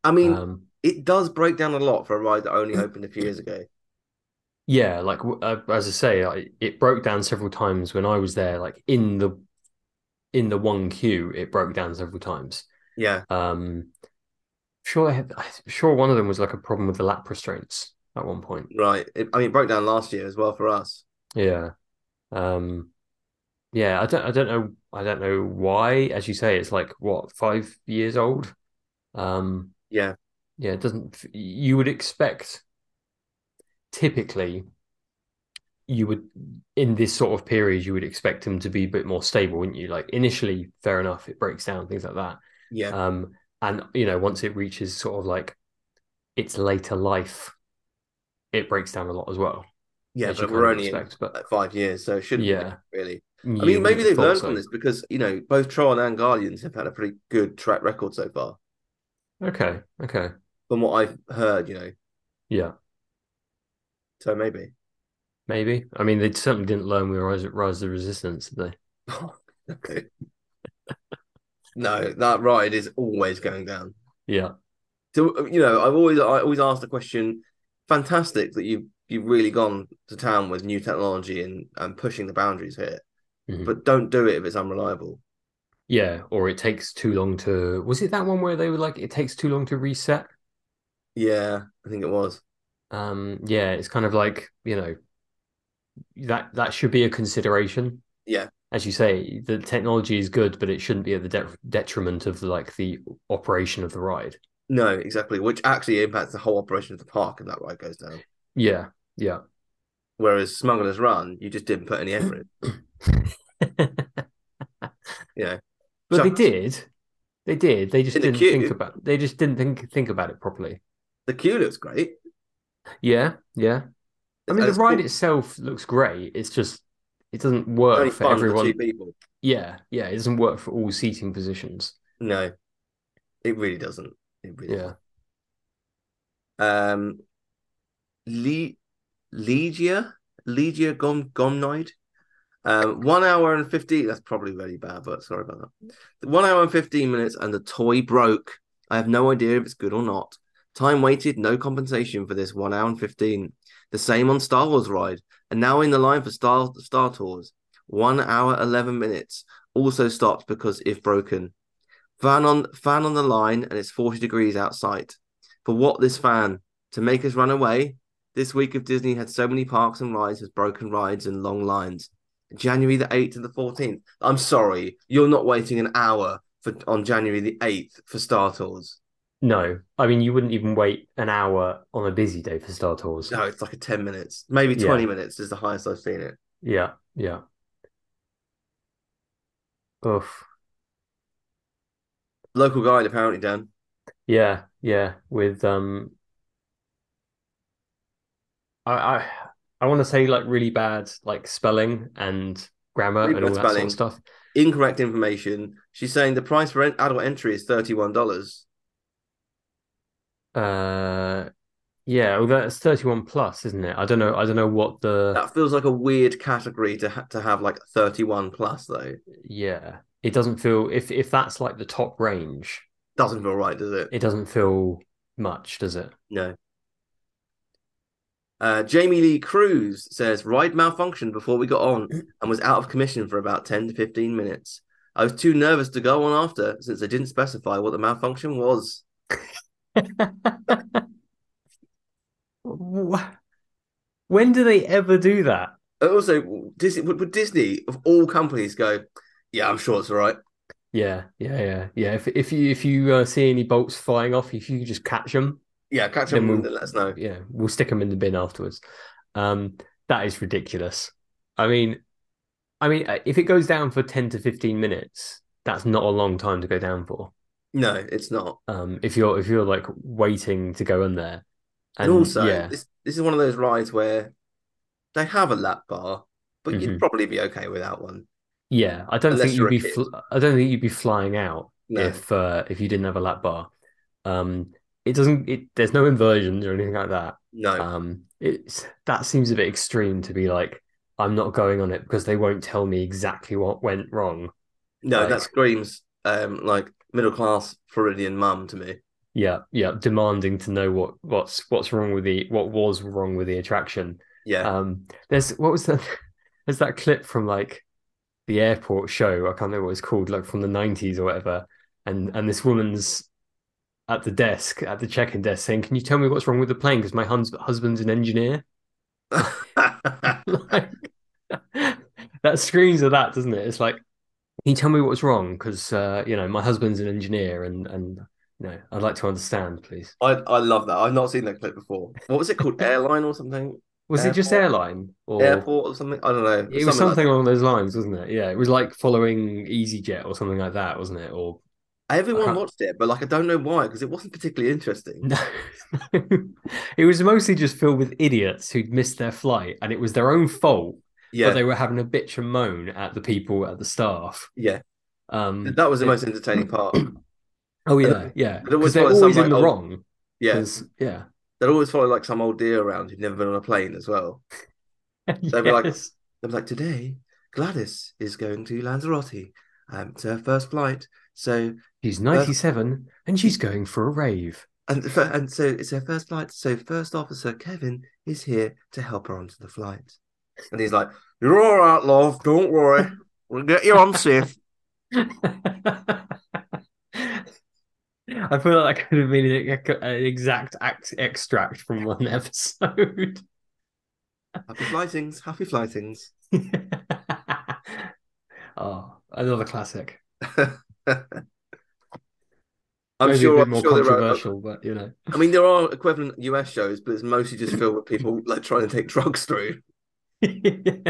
S1: I mean,
S2: um
S1: it does break down a lot for a ride that only opened a few years ago.
S2: Yeah, like w- uh, as I say, I, it broke down several times when I was there. Like in the in the one queue, it broke down several times.
S1: Yeah,
S2: Um, sure, I had, I'm sure one of them was like a problem with the lap restraints at one point.
S1: right. It, I mean, it broke down last year as well for us.
S2: Yeah, um, yeah. I don't, I don't know, I don't know why. As you say, it's like what five years old. Um,
S1: Yeah,
S2: Yeah, it doesn't. You would expect typically you would in this sort of period you would expect them to be a bit more stable, wouldn't you? Like initially, fair enough, it breaks down, things like that.
S1: yeah,
S2: Um, and you know, once it reaches sort of like its later life, it breaks down a lot as well,
S1: yeah.
S2: as you
S1: but
S2: kind
S1: we're
S2: of
S1: only in
S2: expect. But
S1: like five years, so it shouldn't be
S2: yeah,
S1: really. I
S2: you
S1: mean,
S2: would
S1: maybe
S2: have
S1: they've
S2: thought
S1: learned
S2: so.
S1: from this because you know both Tron and Guardians have had a pretty good track record so far,
S2: Okay, okay,
S1: from what I've heard. You know,
S2: yeah,
S1: so maybe.
S2: maybe. I mean, they certainly didn't learn we were Rise, Rise of the Resistance, did they?
S1: no, that ride is always going down.
S2: Yeah,
S1: So you know, I've always I always asked the question. Fantastic that you you've really gone to town with new technology and and pushing the boundaries here,
S2: Mhm.
S1: but don't do it if it's unreliable.
S2: Yeah, or it takes too long to. Was it that one where they were like, it takes too long to reset?
S1: Yeah, I think it was.
S2: Um, yeah, it's kind of like, you know, that that should be a consideration.
S1: Yeah.
S2: As you say, the technology is good, but it shouldn't be at the de- detriment of like the operation of the ride.
S1: No, exactly, which actually impacts the whole operation of the park, and that ride goes down.
S2: Yeah, yeah,
S1: Whereas Smuggler's Run, you just didn't put any effort in. Yeah.
S2: But they
S1: Chucked.
S2: did. They did. They just
S1: In the
S2: didn't think
S1: queue.
S2: about they just didn't think think about it properly.
S1: The queue looks great.
S2: Yeah, yeah. I
S1: And
S2: mean the
S1: it's
S2: ride
S1: cool.
S2: itself looks great. It's just it doesn't work
S1: only
S2: for
S1: fun
S2: everyone.
S1: for two people.
S2: Yeah, yeah, it doesn't work for all seating positions.
S1: No, it really doesn't. It really
S2: Yeah.
S1: doesn't. Um, Le- Legia, Legia Gom- Gomnoid. Um, one hour and 15. That's probably really bad, but sorry about that. One hour and 15 minutes, and the toy broke. I have no idea if it's good or not. Time waited, no compensation for this one hour and 15. The same on Star Wars ride, and now in the line for Star Star Tours. One hour 11 minutes. Also stopped because if broken. Fan on fan on the line, and it's 40 degrees outside. For what this fan? To make us run away? This week of Disney had so many parks and rides with broken rides and long lines. January the 8th to the 14th. I'm sorry, you're not waiting an hour for on January the 8th for Star Tours.
S2: No. I mean you wouldn't even wait an hour on a busy day for Star Tours.
S1: No, it's like a 10 minutes, maybe
S2: Yeah.
S1: 20 minutes is the highest I've seen it.
S2: Yeah, yeah. Oof.
S1: Local guide, apparently, Dan.
S2: Yeah, yeah. With um I I I want to say like really bad like spelling and grammar
S1: Really
S2: and all
S1: bad
S2: that sort
S1: spelling.
S2: of stuff.
S1: Incorrect information. She's saying the price for en- adult entry is $31.
S2: Uh yeah, well that's 31 plus, isn't it? I don't know I don't know what the
S1: That feels like a weird category to, ha- to have like 31 plus, though.
S2: yeah. It doesn't feel if if that's like the top range,
S1: Doesn't feel right, does it?
S2: it doesn't feel much, does it?
S1: No. Uh, Jamie Lee Cruz says ride malfunctioned before we got on and was out of commission for about 10 to 15 minutes. I was too nervous to go on after since they didn't specify what the malfunction was.
S2: Wh- When do they ever do that?
S1: And Uh, Also, Disney, would, would Disney of all companies go, yeah, I'm sure it's all right.
S2: Yeah, yeah, yeah, yeah. If if you if you uh, see any bolts flying off, if you just catch them,
S1: Yeah, catch up
S2: Then
S1: and
S2: we'll-
S1: then let us know.
S2: yeah, we'll stick them in the bin afterwards. Um, that is ridiculous. I mean, I mean, uh, if it goes down for ten to fifteen minutes, that's not a long time to go down for.
S1: No, it's not.
S2: Um, if you're if you're like waiting to go in there,
S1: And, also,
S2: yeah,
S1: this, this is one of those rides where they have a lap bar, but you'd
S2: Mhm.
S1: probably be okay without one.
S2: yeah, I don't
S1: unless
S2: think
S1: you're
S2: you'd
S1: a
S2: be
S1: kid.
S2: fl- I don't think you'd be flying out.
S1: No.
S2: if uh, if you didn't have a lap bar. Um, it doesn't. It, there's no inversions or anything like that.
S1: no.
S2: Um, it's that seems a bit extreme to be like, I'm not going on it because they won't tell me exactly what went wrong.
S1: No,
S2: Like-
S1: that screams um like middle class Floridian mum to me.
S2: Yeah, yeah, demanding to know what what's what's wrong with the what was wrong with the attraction.
S1: Yeah.
S2: Um, there's what was that? There's that clip from like the airport show. I can't remember what it's called, like from the '90s or whatever. And and this woman's at the desk at the check-in desk saying, "Can you tell me what's wrong with the plane? Because my hus- husband's an engineer." Like, that screams of that, doesn't it? It's like, "Can you tell me what's wrong? Because uh, you know my husband's an engineer, and and you know I'd like to understand, please."
S1: I I love that. I've not seen that clip before. What was it called? Airline or something?
S2: Was it just
S1: Airport.
S2: airline or?
S1: Airport or something? I don't know.
S2: It was
S1: like
S2: something along those lines, wasn't it? Yeah, it was like following EasyJet or something like that, wasn't it? Or
S1: that. Everyone
S2: I can't-
S1: watched it, but like I don't know why because it wasn't particularly interesting.
S2: no, it was mostly just filled with idiots who'd missed their flight, and it was their own fault.
S1: Yeah,
S2: but they were having a bitch and moan at the people at the staff.
S1: yeah.
S2: Um,
S1: That was the
S2: it-
S1: most entertaining part.
S2: oh yeah,
S1: always
S2: yeah,
S1: follow
S2: because they're
S1: some,
S2: always in
S1: like, oh,
S2: the
S1: old-
S2: wrong.
S1: Yeah,
S2: 'cause- yeah,
S1: they'd always follow like some old dear around who'd never been on a plane as well. be like-
S2: Yes.
S1: They'd be like, today Gladys is going to Lanzarote. Um, it's her first flight, so
S2: she's ninety-seven and she's going for a rave.
S1: And f- and so it's her first flight. So first officer Kevin is here to help her onto the flight. And he's like, "You're all right, love. Don't worry. We'll get you on safe."
S2: I feel like that could have been an ex- an exact act extract from one episode.
S1: Happy flightings. Happy flightings.
S2: oh, another classic.
S1: I'm
S2: Maybe
S1: sure.
S2: a bit
S1: I'm
S2: more
S1: sure there are.
S2: controversial, but you know.
S1: I mean, there are equivalent US shows, but it's mostly just filled with people like trying to take drugs through.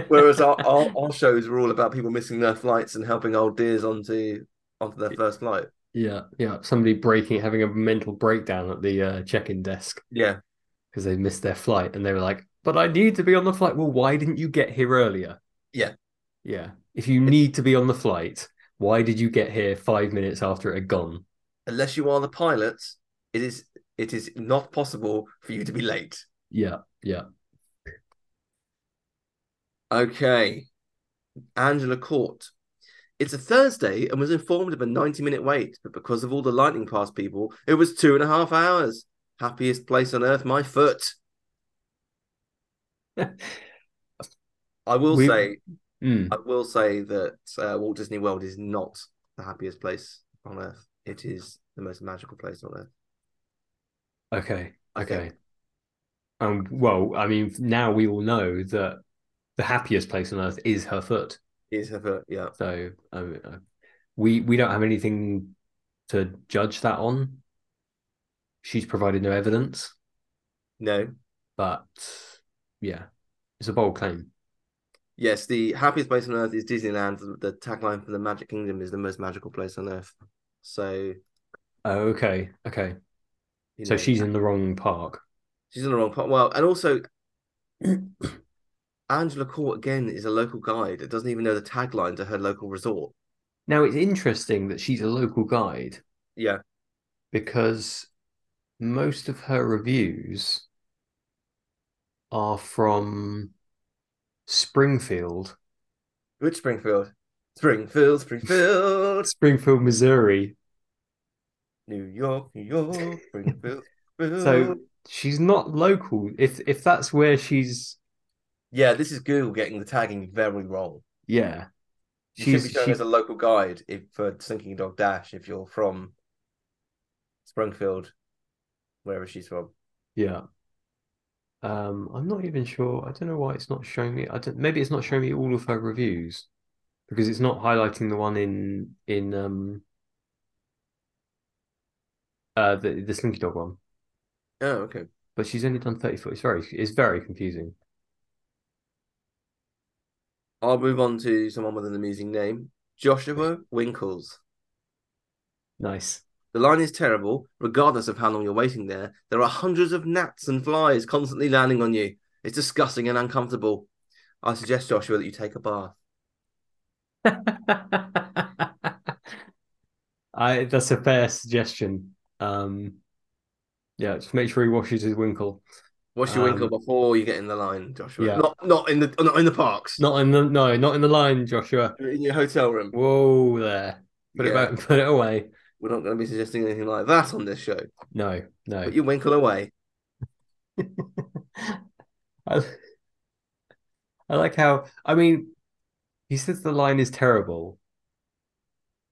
S1: Whereas our, our, our shows were all about people missing their flights and helping old dears onto onto their first flight.
S2: yeah, yeah. Somebody breaking, having a mental breakdown at the uh, check-in desk
S1: Yeah,
S2: because they missed their flight, and they were like, "But I need to be on the flight." Well, why didn't you get here earlier?
S1: Yeah.
S2: yeah. If you need to be on the flight, why did you get here five minutes after it had gone?
S1: unless you are the pilot, it is it is not possible for you to be late.
S2: Yeah, yeah.
S1: Okay. Angela Court. It's a Thursday and was informed of a 90 minute wait, but because of all the lightning past people, it was two and a half hours. Happiest place on earth, my foot. I will
S2: We-
S1: say,
S2: Mm.
S1: I will say that uh, Walt Disney World is not the happiest place on earth. It is the most magical place on earth.
S2: Okay,
S1: I
S2: okay.
S1: think.
S2: Um, well, I mean, now we all know that the happiest place on earth is her foot.
S1: It is her foot, yeah.
S2: So um, uh, we we don't have anything to judge that on. She's provided no evidence,
S1: No.
S2: but yeah, it's a bold claim.
S1: Yes, the happiest place on earth is Disneyland. The- The tagline for the Magic Kingdom is the most magical place on earth. So,
S2: Oh, okay, okay.
S1: you
S2: So
S1: know.
S2: she's in the wrong park.
S1: She's in the wrong part. Well, and also Angela Court again is a local guide that doesn't even know the tagline to her local resort.
S2: Now it's interesting that she's a local guide
S1: Yeah.
S2: because most of her reviews are from Springfield,
S1: Which Springfield? Springfield, Springfield,
S2: Springfield, Missouri.
S1: New York, New York, Springfield,
S2: So
S1: Springfield.
S2: she's not local. If if that's where she's,
S1: yeah, this is Google getting the tagging very wrong.
S2: yeah,
S1: You should be
S2: She's-
S1: showing
S2: she-
S1: as a local guide if for Sinking Dog Dash if you're from Springfield, wherever she's from.
S2: yeah. Um, I'm not even sure. I don't know why it's not showing me. I don't, maybe it's not showing me all of her reviews because it's not highlighting the one in in um uh the the Slinky Dog one.
S1: Oh, okay.
S2: But she's only done 34. It's very it's very confusing.
S1: I'll move on to someone with an amusing name. Joshua Winkles.
S2: Nice.
S1: The line is terrible, regardless of how long you're waiting there. There are hundreds of gnats and flies constantly landing on you. It's disgusting and uncomfortable. I suggest, Joshua, that you take a bath.
S2: I that's a fair suggestion. Um yeah, just make sure he washes his winkle.
S1: Wash your
S2: Um,
S1: winkle before you get in the line, Joshua.
S2: yeah.
S1: Not not in the not in the parks.
S2: Not in the no, not in the line, Joshua.
S1: in your hotel room.
S2: Whoa there. Put it
S1: Yeah,
S2: back put it away.
S1: We're not going to be suggesting anything like that on this show.
S2: No, no.
S1: Put your winkle away.
S2: I, I like how I mean he says the line is terrible.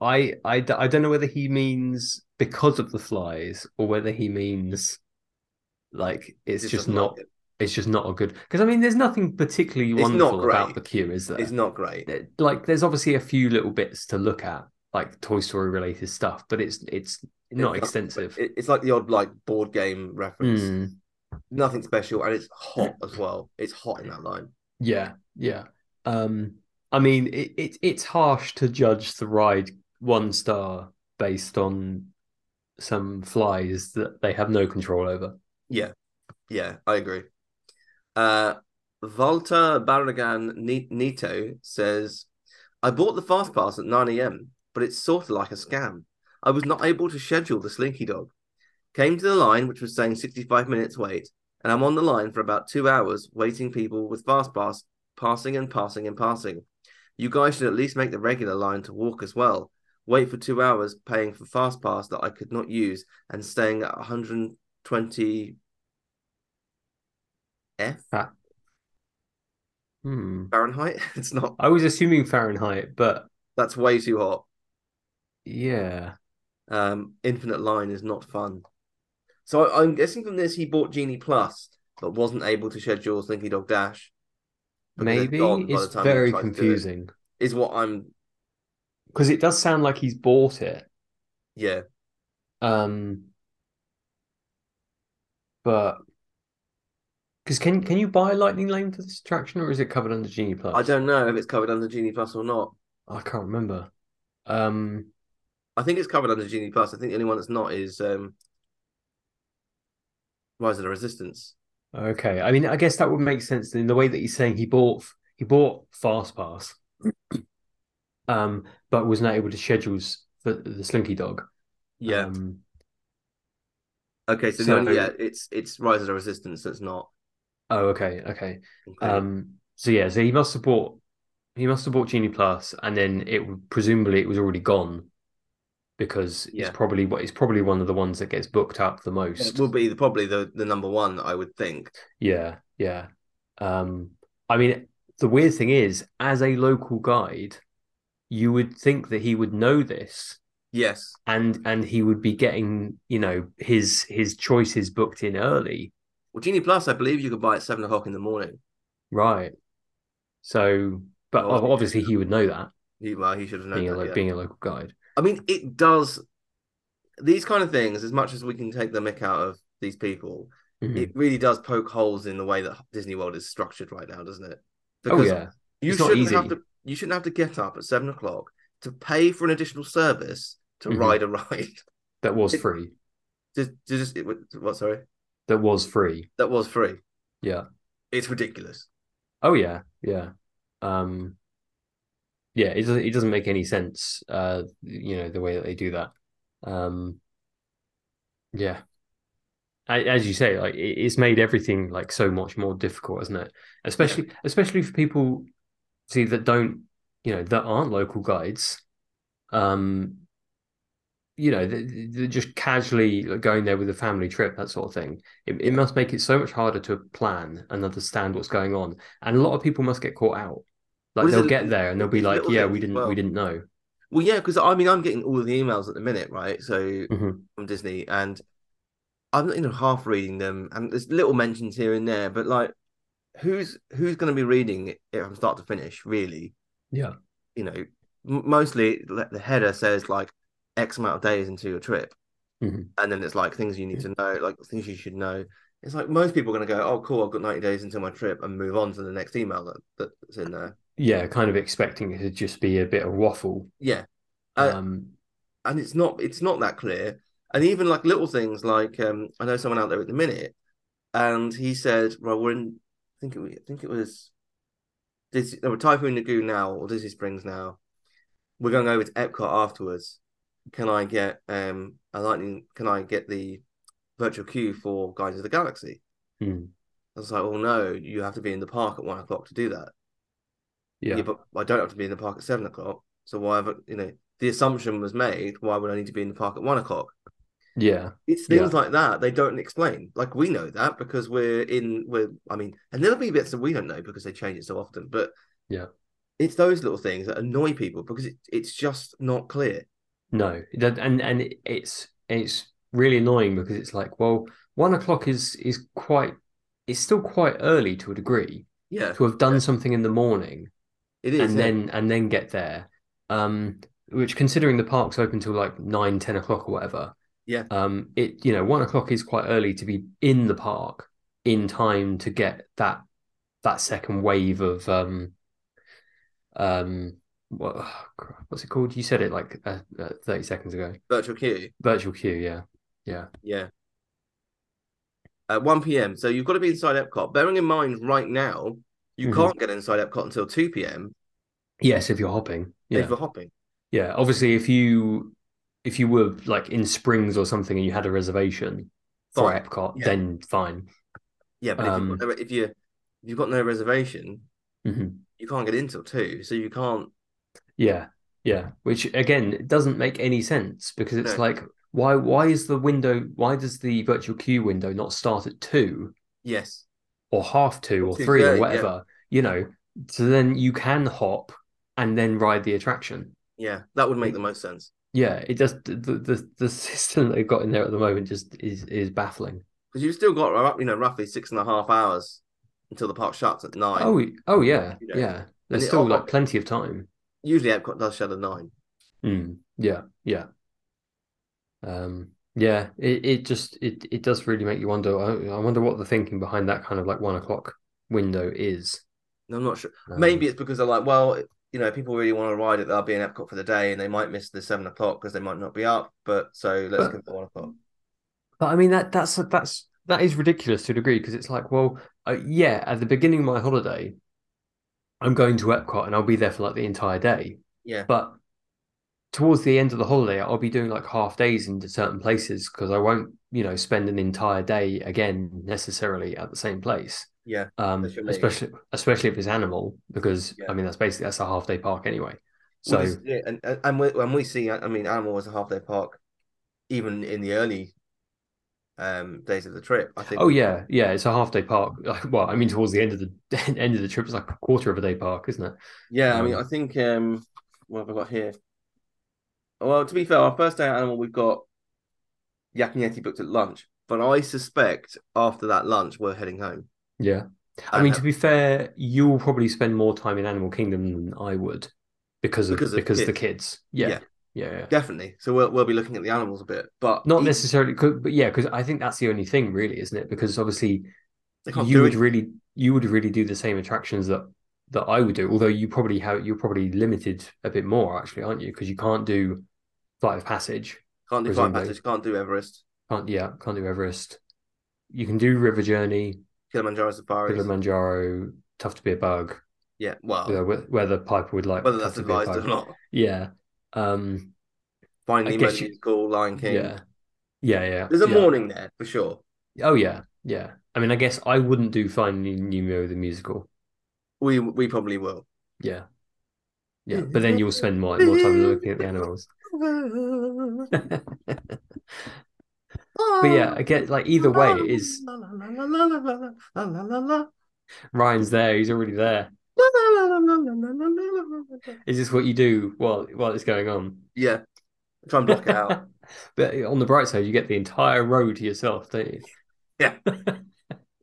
S2: I, I d- I don't know whether he means because of the flies or whether he means like it's
S1: This
S2: just
S1: doesn't
S2: not
S1: like it.
S2: it's just not a good because I mean there's nothing particularly
S1: It's not
S2: wonderful about
S1: great.
S2: the queue is there
S1: It's not great.
S2: There- like there's obviously a few little bits to look at like Toy Story related stuff but it's it's not
S1: It's
S2: extensive
S1: It- It's like the odd like board game reference.
S2: Mm,
S1: Nothing special, and it's hot as well. It's hot in that line.
S2: yeah yeah um I mean it, it it's harsh to judge the ride one star based on some flies that they have no control over
S1: Yeah, I agree. Uh, Volta Barragan Ni- Nito says, I bought the fast pass at 9 a.m., but it's sort of like a scam. I was not able to schedule the Slinky Dog. Came to the line, which was saying 65 minutes wait, and I'm on the line for about two hours, waiting people with fast pass, passing and passing and passing. You guys should at least make the regular line to walk as well. Wait for two hours, paying for fast pass that I could not use, and staying at 120 F
S2: hmm
S1: Fahrenheit. It's not.
S2: I was assuming Fahrenheit but
S1: That's way too hot.
S2: yeah
S1: Um, infinite line is not fun. So I, I'm guessing from this he bought Genie Plus, but wasn't able to schedule Slinky Dog Dash. because it's
S2: maybe
S1: gone by the
S2: it's
S1: time you
S2: very
S1: try to do it.
S2: confusing
S1: Is what I'm.
S2: because it does sound like he's bought it
S1: Yeah,
S2: um but Because can can you buy Lightning Lane for this attraction, or is it covered under Genie Plus?
S1: I don't know if it's covered under Genie Plus or not.
S2: I can't remember. Um,
S1: I think it's covered under Genie Plus. I think the only one that's not is um, Rise of the Resistance.
S2: okay. I mean, I guess that would make sense in the way that he's saying he bought he bought Fast Pass, um, but was not able to schedule s- for the Slinky Dog. Um,
S1: okay, so,
S2: so-
S1: the only, yeah, it's it's Rise of the Resistance that's not.
S2: oh, okay, okay.
S1: included.
S2: Um, so yeah, so he must have bought he must have bought Genie Plus, and then it w- presumably it was already gone because
S1: Yeah.
S2: it's probably what it's probably one of the ones that gets booked up the most.
S1: it will be the, probably the, the number one, I would think.
S2: Yeah, yeah. Um, I mean, the weird thing is, as a local guide, you would think that he would know this
S1: Yes,
S2: and and he would be getting, you know, his his choices booked in early,
S1: well, Genie Plus, I believe you could buy at seven o'clock in the morning.
S2: right? So, but
S1: Well,
S2: ob- obviously he would know that
S1: He, well, he should have known.
S2: being a
S1: that,
S2: lo-
S1: yeah.
S2: being a local guide.
S1: I mean, it does. These kind of things, as much as we can take the mick out of these people,
S2: Mhm.
S1: it really does poke holes in the way that Disney World is structured right now, doesn't it?
S2: Oh
S1: Because
S2: yeah.
S1: you
S2: It's not
S1: shouldn't have
S2: easy.
S1: to. You shouldn't have to get up at seven o'clock to pay for an additional service to
S2: Mhm.
S1: ride a ride.
S2: That was
S1: It-
S2: free.
S1: just, just it, was- what? Sorry,
S2: That was free.
S1: that was free.
S2: Yeah.
S1: It's ridiculous.
S2: Oh yeah, yeah. Um yeah, it doesn't it doesn't make any sense uh you know the way that they do that. Um yeah. A- As you say, like it- it's made everything like so much more difficult, isn't it? Especially especially for people see that don't, you know, that aren't local guides. Um you know, th- th- they're just casually like, going there with a family trip, that sort of thing. It, it must make it so much harder to plan and understand what's going on. And a lot of people must get caught out. Like
S1: Well, it's
S2: they'll
S1: a-
S2: get there and they'll be
S1: it's
S2: like,
S1: little
S2: "Yeah,
S1: things
S2: we
S1: as
S2: didn't,
S1: well."
S2: we didn't know."
S1: Well, yeah, because I mean, I'm getting all the emails at the minute, right? So
S2: Mhm.
S1: from Disney, and I'm you know half reading them, and there's little mentions here and there, but like, who's who's going to be reading it from start to finish, really?
S2: Yeah.
S1: You know, m- mostly the the header says like X amount of days into your trip,
S2: Mhm.
S1: and then it's like things you need to know, like things you should know. It's like most people are going to go, oh, cool, I've got 90 days until my trip, and move on to the next email that, that's in there.
S2: Yeah, kind of expecting it to just be a bit of waffle.
S1: Yeah, Uh,
S2: Um,
S1: and it's not it's not that clear and even like little things like um i know someone out there at the minute and he said well we're in i think it was, I think it was Disney, no, we're typhoon lagoon now or disney springs now we're going over to epcot afterwards can i get um a lightning can i get the virtual queue for guardians of the galaxy
S2: hmm,
S1: i was like well no you have to be in the park at one o'clock to do that
S2: yeah,
S1: yeah, but I don't have to be in the park at seven o'clock. So why have I, you know the assumption was made? Why would I need to be in the park at one o'clock?
S2: yeah,
S1: It's things like that they don't explain. Like we know that because we're in. We're I mean, and there'll be bits that we don't know because they change it so often. But
S2: Yeah.
S1: it's those little things that annoy people because it, it's just not clear.
S2: no, that and and it's it's really annoying because it's like, well, one o'clock is is quite, it's still quite early to a degree
S1: Yeah,
S2: to have done
S1: yeah.
S2: something in the morning.
S1: it is.
S2: and then and then get there. Um, which considering the park's open till like nine, ten o'clock or whatever.
S1: Yeah.
S2: Um, it you know one o'clock is quite early to be in the park in time to get that that second wave of um um what what's it called? You said it like uh, uh, thirty seconds ago.
S1: virtual queue.
S2: Virtual queue, yeah, yeah,
S1: Yeah. At 1 p.m. So you've got to be inside Epcot. Bearing in mind, right now, you
S2: Mhm.
S1: can't get inside Epcot until 2 p.m.
S2: yes. If you're hopping, yeah,
S1: if you're hopping.
S2: yeah. Obviously, if you if you were like in Springs or something and you had a reservation for
S1: Fine.
S2: Epcot,
S1: Yeah.
S2: then fine.
S1: Yeah, but if,
S2: Um,
S1: you've got no, if you if you've got no reservation,
S2: hmm
S1: you can't get into two, so you can't.
S2: Yeah, yeah. Which again it doesn't make any sense because it's
S1: No.
S2: like, why? Why is the window? Why does the virtual queue window not start at two
S1: Yes,
S2: or half two or
S1: Two
S2: three or
S1: thirty, yeah.
S2: whatever? You know, so then you can hop and then ride the attraction.
S1: yeah, that would
S2: Mm.
S1: make the most sense
S2: Yeah, it just the the the system that they've got in there at the moment just is is baffling.
S1: because you've still got uh, you know roughly six and a half hours until the park shuts at nine.
S2: Oh, oh yeah,
S1: You know,
S2: yeah. There's
S1: it-
S2: still
S1: oh,
S2: like
S1: oh.
S2: Mm, Um, Yeah, it, it just it, it does really make you wonder. I, I wonder what the thinking behind that kind of like one o'clock window is.
S1: I'm not sure.
S2: Um,
S1: Maybe it's because they're like, well, you know, people really want to ride it. They'll be in Epcot for the day, and they might miss the seven o'clock because they might not be up. But so let's
S2: But-
S1: give it one o'clock.
S2: But I mean that that's that's that is ridiculous to a degree because it's like, well, uh, yeah, at the beginning of my holiday, I'm going to Epcot and I'll be there for like the entire day.
S1: Yeah.
S2: But towards the end of the holiday, I'll be doing like half days into certain places because I won't, you know, spend an entire day again necessarily at the same place.
S1: Yeah,
S2: Um,
S1: that's your main.
S2: especially especially if it's animal because
S1: Yeah.
S2: I mean that's basically that's a half day park anyway. So
S1: Well, this- yeah, and and- and we, when we see, I mean, Animal was a half day park, even in the early um days of the trip. I think.
S2: Oh yeah, yeah. It's a half day park. Well, I mean, towards the end of the end of the trip, it's like a quarter of a day park, isn't it?
S1: Yeah, I mean,
S2: Um,
S1: I think um, what have I got here? Well, to be fair, our first day at Animal, we've got Yak and Yeti booked at lunch, but I suspect after that lunch, we're heading home.
S2: Yeah. I
S1: Uh,
S2: mean, to be fair, you'll probably spend more time in Animal Kingdom than I would because of
S1: Because
S2: because,
S1: of
S2: the kids. Yeah,
S1: Yeah.
S2: yeah, yeah.
S1: definitely. So we'll we'll be looking at the animals a bit, but
S2: Not
S1: e-
S2: necessarily, 'cause- but yeah, because I think that's the only thing, really, isn't it? Because obviously,
S1: they can't
S2: you
S1: do
S2: would
S1: it.
S2: really you would really do the same attractions that that I would do. Although you probably have you're probably limited a bit more, actually, aren't you? Because you can't do Flight of Passage.
S1: Can't do Flight
S2: presumably.
S1: Passage. Can't do Everest.
S2: Can't yeah, can't do Everest. You can do River Journey,
S1: Kilimanjaro Safari.
S2: Kilimanjaro, Tough to Be a Bug.
S1: yeah, well,
S2: you know, wh- whether Piper would like
S1: Oh. whether
S2: Tough
S1: that's
S2: to Be a
S1: advised or
S2: Bug.
S1: not.
S2: Yeah. Um
S1: Find
S2: I
S1: Nemo,
S2: guess
S1: the
S2: you-
S1: musical, Lion King.
S2: yeah. Yeah, yeah.
S1: There's a
S2: yeah.
S1: morning there for sure.
S2: Oh yeah, yeah. I mean I guess I wouldn't do Finding Nemo the musical.
S1: We we probably will.
S2: Yeah. Yeah. But then you'll spend more more time looking at the animals.
S1: but
S2: but yeah, I get like either way it is Ryan's there, he's already there. Is this what you do while while it's going on?
S1: yeah try and block it out
S2: but on the bright side, you get the entire row to yourself, don't you?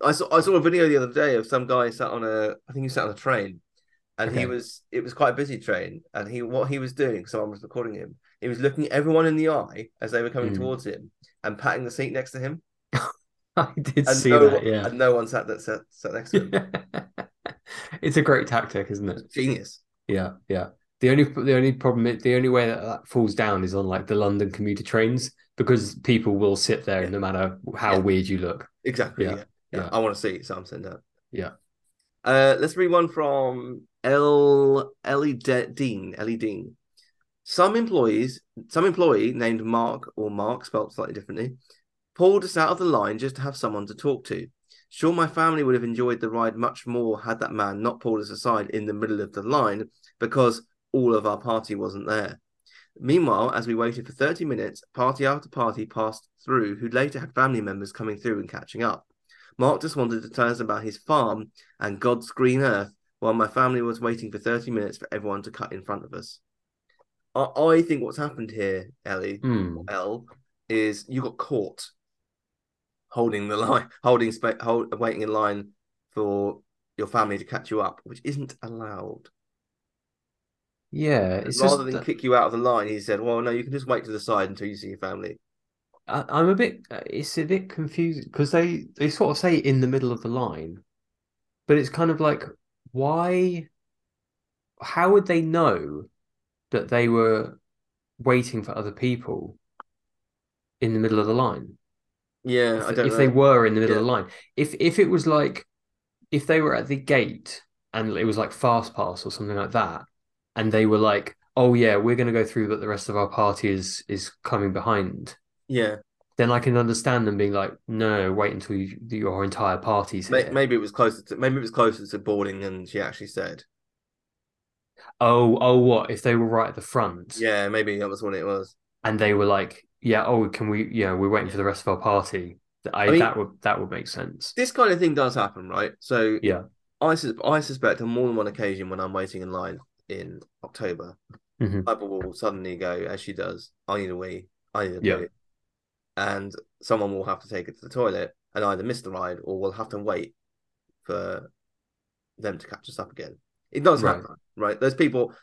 S1: i saw i saw a video the other day of some guy sat on a i think he sat on a train and he
S2: Okay.
S1: was it was quite a busy train and he what he was doing someone was recording him he was looking everyone in the eye as they were coming
S2: Mm.
S1: towards him and patting the seat next to him
S2: I did
S1: and
S2: see
S1: no
S2: that,
S1: one,
S2: yeah.
S1: and no one sat that sat, sat next to him
S2: it's a great tactic, isn't it?
S1: genius
S2: Yeah, yeah. The only the only problem is- the only way that that falls down is on like the London commuter trains because people will sit there
S1: Yeah.
S2: no matter how
S1: Yeah.
S2: weird you look.
S1: Exactly. Yeah.
S2: Yeah,
S1: Yeah.
S2: yeah.
S1: I want to see it, so I'm sending that.
S2: Yeah.
S1: Uh, let's read one from L Ellie De- Dean. Ellie Dean. Some employees, some employee named Mark or Mark, spelled slightly differently, pulled us out of the line just to have someone to talk to. Sure, my family would have enjoyed the ride much more had that man not pulled us aside in the middle of the line because all of our party wasn't there. Meanwhile, as we waited for 30 minutes, party after party passed through who later had family members coming through and catching up. Mark just wanted to tell us about his farm and God's green earth while my family was waiting for 30 minutes for everyone to cut in front of us. I, I think what's happened here, Ellie,
S2: Hmm.
S1: L, is you got caught holding the line, holding spa- hold, waiting in line for your family to catch you up, which isn't allowed.
S2: Yeah, it's
S1: Rather
S2: just
S1: than
S2: that-
S1: kick you out of the line, he said, "Well, no, you can just wait to the side until you see your family."
S2: I, I'm a bit uh, it's a bit confusing because they they sort of say in the middle of the line, but it's kind of like why how would they know that they were waiting for other people in the middle of the line?
S1: Yeah,
S2: if,
S1: I don't
S2: if
S1: know.
S2: they were in the middle of the line if if it was like if they were at the gate and it was like fast pass or something like that and they were like oh yeah we're going to go through but the rest of our party is is coming behind
S1: yeah,
S2: then i can understand them being like no, no, wait until you, your entire party's
S1: May-
S2: here
S1: maybe it was closer to maybe it was closer to boarding than she actually said.
S2: oh oh what if they were right at the front
S1: Yeah, maybe that was what it was.
S2: and they were like yeah oh can we yeah we're waiting for the rest of our party Th- I,
S1: I mean-
S2: that would that would make sense
S1: This kind of thing does happen, right? So
S2: Yeah.
S1: I sus- I suspect on more than one occasion when I'm waiting in line in October,
S2: Mhm.
S1: Piper will suddenly go as she does. I need a wee. I need a
S2: Yeah.
S1: wee, and someone will have to take it to the toilet and either miss the ride or will have to wait for them to catch us up again. It does
S2: Right.
S1: happen, right? Those people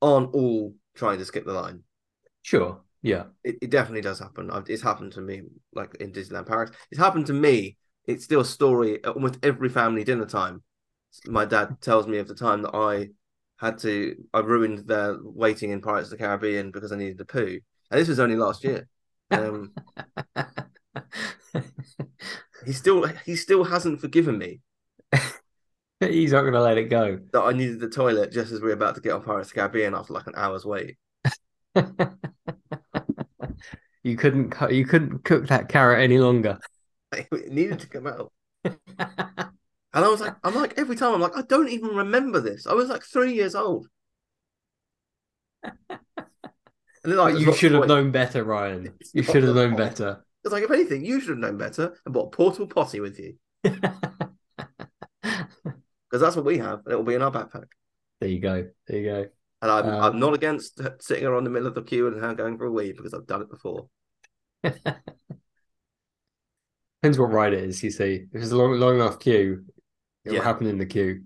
S1: aren't all trying to skip the line.
S2: sure Yeah.
S1: It, it definitely does happen. I've, it's happened to me, like in Disneyland Paris. It's happened to me. It's still a story at almost every family dinner time. My dad tells me of the time that I had to, I ruined their waiting in Pirates of the Caribbean because I needed a poo. And this was only last year. Um, he still, he still hasn't forgiven me
S2: He's not going to let it go.
S1: that I needed the toilet just as we were about to get on Pirates of the Caribbean after like an hour's wait.
S2: you couldn't cu- you couldn't cook that carrot any longer.
S1: It needed to come out. And I was like, I'm like, every time I'm like, I don't even remember this. I was like three years old. And then I
S2: But
S1: just
S2: Oh, you
S1: got
S2: should have
S1: annoyed.
S2: known better, Ryan.
S1: It's
S2: You
S1: not
S2: should have
S1: your
S2: known
S1: fault.
S2: better.
S1: It's like, if anything, you should have known better and bought a portable potty with you because that's what we have and it will be in our backpack.
S2: there you go. There you go.
S1: And I'm,
S2: Um,
S1: I'm not against her- sitting her on the middle of the queue and her going for a wee because I've done it before.
S2: Depends what ride it is, you see. If it's a long, long enough queue, it
S1: Yeah.
S2: will happen in the queue.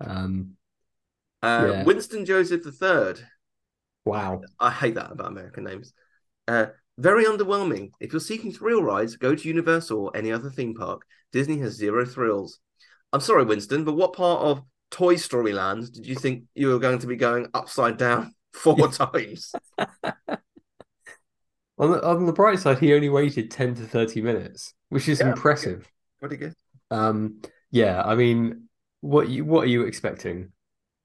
S2: Um,
S1: Uh,
S2: Yeah.
S1: Winston Joseph III.
S2: wow.
S1: I hate that about American names. Uh, very underwhelming. If you're seeking thrill rides, go to Universal or any other theme park. Disney has zero thrills. I'm sorry, Winston, but what part of Toy Story Land did you think you were going to be going upside down four times?
S2: On the, on the bright side, he only waited 10 to 30 minutes, which is
S1: Yeah.
S2: impressive.
S1: Pretty good.
S2: Um, yeah, I mean, what you what are you expecting?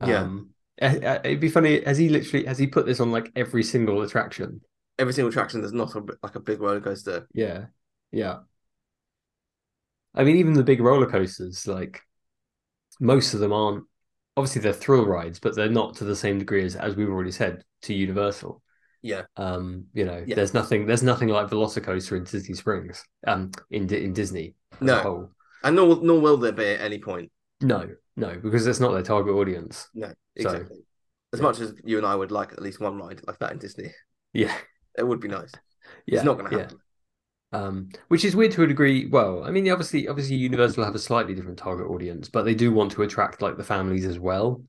S1: Yeah.
S2: Um, eh, eh, it'd be funny, has he literally has he put this on like every single attraction?
S1: Every single attraction, there's not a, like a big roller coaster.
S2: Yeah. Yeah. I mean, even the big roller coasters, like most of them aren't obviously they're thrill rides, but they're not to the same degree as as we've already said to Universal.
S1: Yeah.
S2: Um, you know,
S1: Yeah.
S2: there's nothing there's nothing like Velocicoaster in Disney Springs, um, in Di- in Disney as a
S1: No.
S2: whole.
S1: And nor, nor will there be at any point.
S2: No, no, because that's not their target audience. So-
S1: Exactly. as
S2: yeah.
S1: much as you and I would like at least one ride like that in Disney,
S2: Yeah,
S1: it would be nice.
S2: yeah,
S1: it's not going to
S2: yeah.
S1: happen.
S2: Um, which is weird to a degree. Well, I mean, obviously, obviously, Universal have a slightly different target audience, but they do want to attract like the families as well.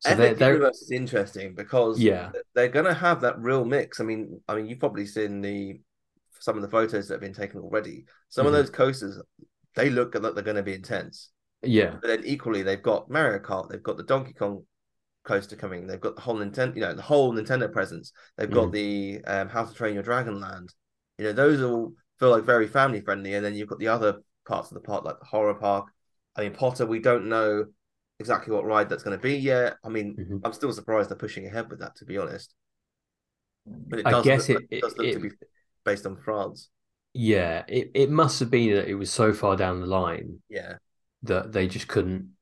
S2: So
S1: I
S2: they're,
S1: think
S2: they're
S1: Universe is interesting because
S2: yeah,
S1: they're going to have that real mix. I mean, I mean, you've probably seen the some of the photos that have been taken already. Some
S2: Mhm.
S1: of those coasters, they look like they're going to be intense.
S2: yeah,
S1: But then equally, they've got Mario Kart, they've got the Donkey Kong coaster coming, they've got the whole Nintendo, you know, the whole Nintendo presence. They've
S2: Mm.
S1: got the um, How to Train Your Dragon Land. You know, those all feel like very family friendly. And then you've got the other parts of the park, like the horror park. I mean, Potter, we don't know exactly what ride that's going to be yet. I mean,
S2: Mhm.
S1: I'm still surprised they're pushing ahead with that, to be honest. But it
S2: I
S1: does
S2: guess
S1: look,
S2: it- it-
S1: does look to
S2: it-
S1: be based on France.
S2: yeah. It it must have been that it was so far down the line
S1: Yeah.
S2: that they just couldn't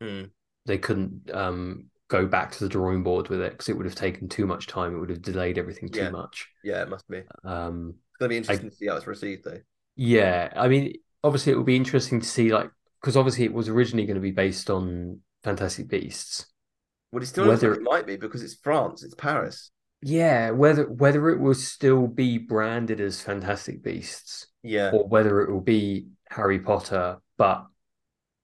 S1: Mm.
S2: they couldn't um go back to the drawing board with it because it would have taken too much time. It would have delayed everything too
S1: Yeah.
S2: much.
S1: Yeah, it must be. It's
S2: Um,
S1: going to be interesting to see how it's received, though.
S2: Yeah, I mean, obviously it will be interesting to see, like, because obviously it was originally going to be based on Fantastic Beasts.
S1: Well, it still looks like
S2: Whether-
S1: it might be because it's France, it's Paris.
S2: Yeah, whether whether it will still be branded as Fantastic Beasts
S1: Yeah,
S2: or whether it will be Harry Potter, but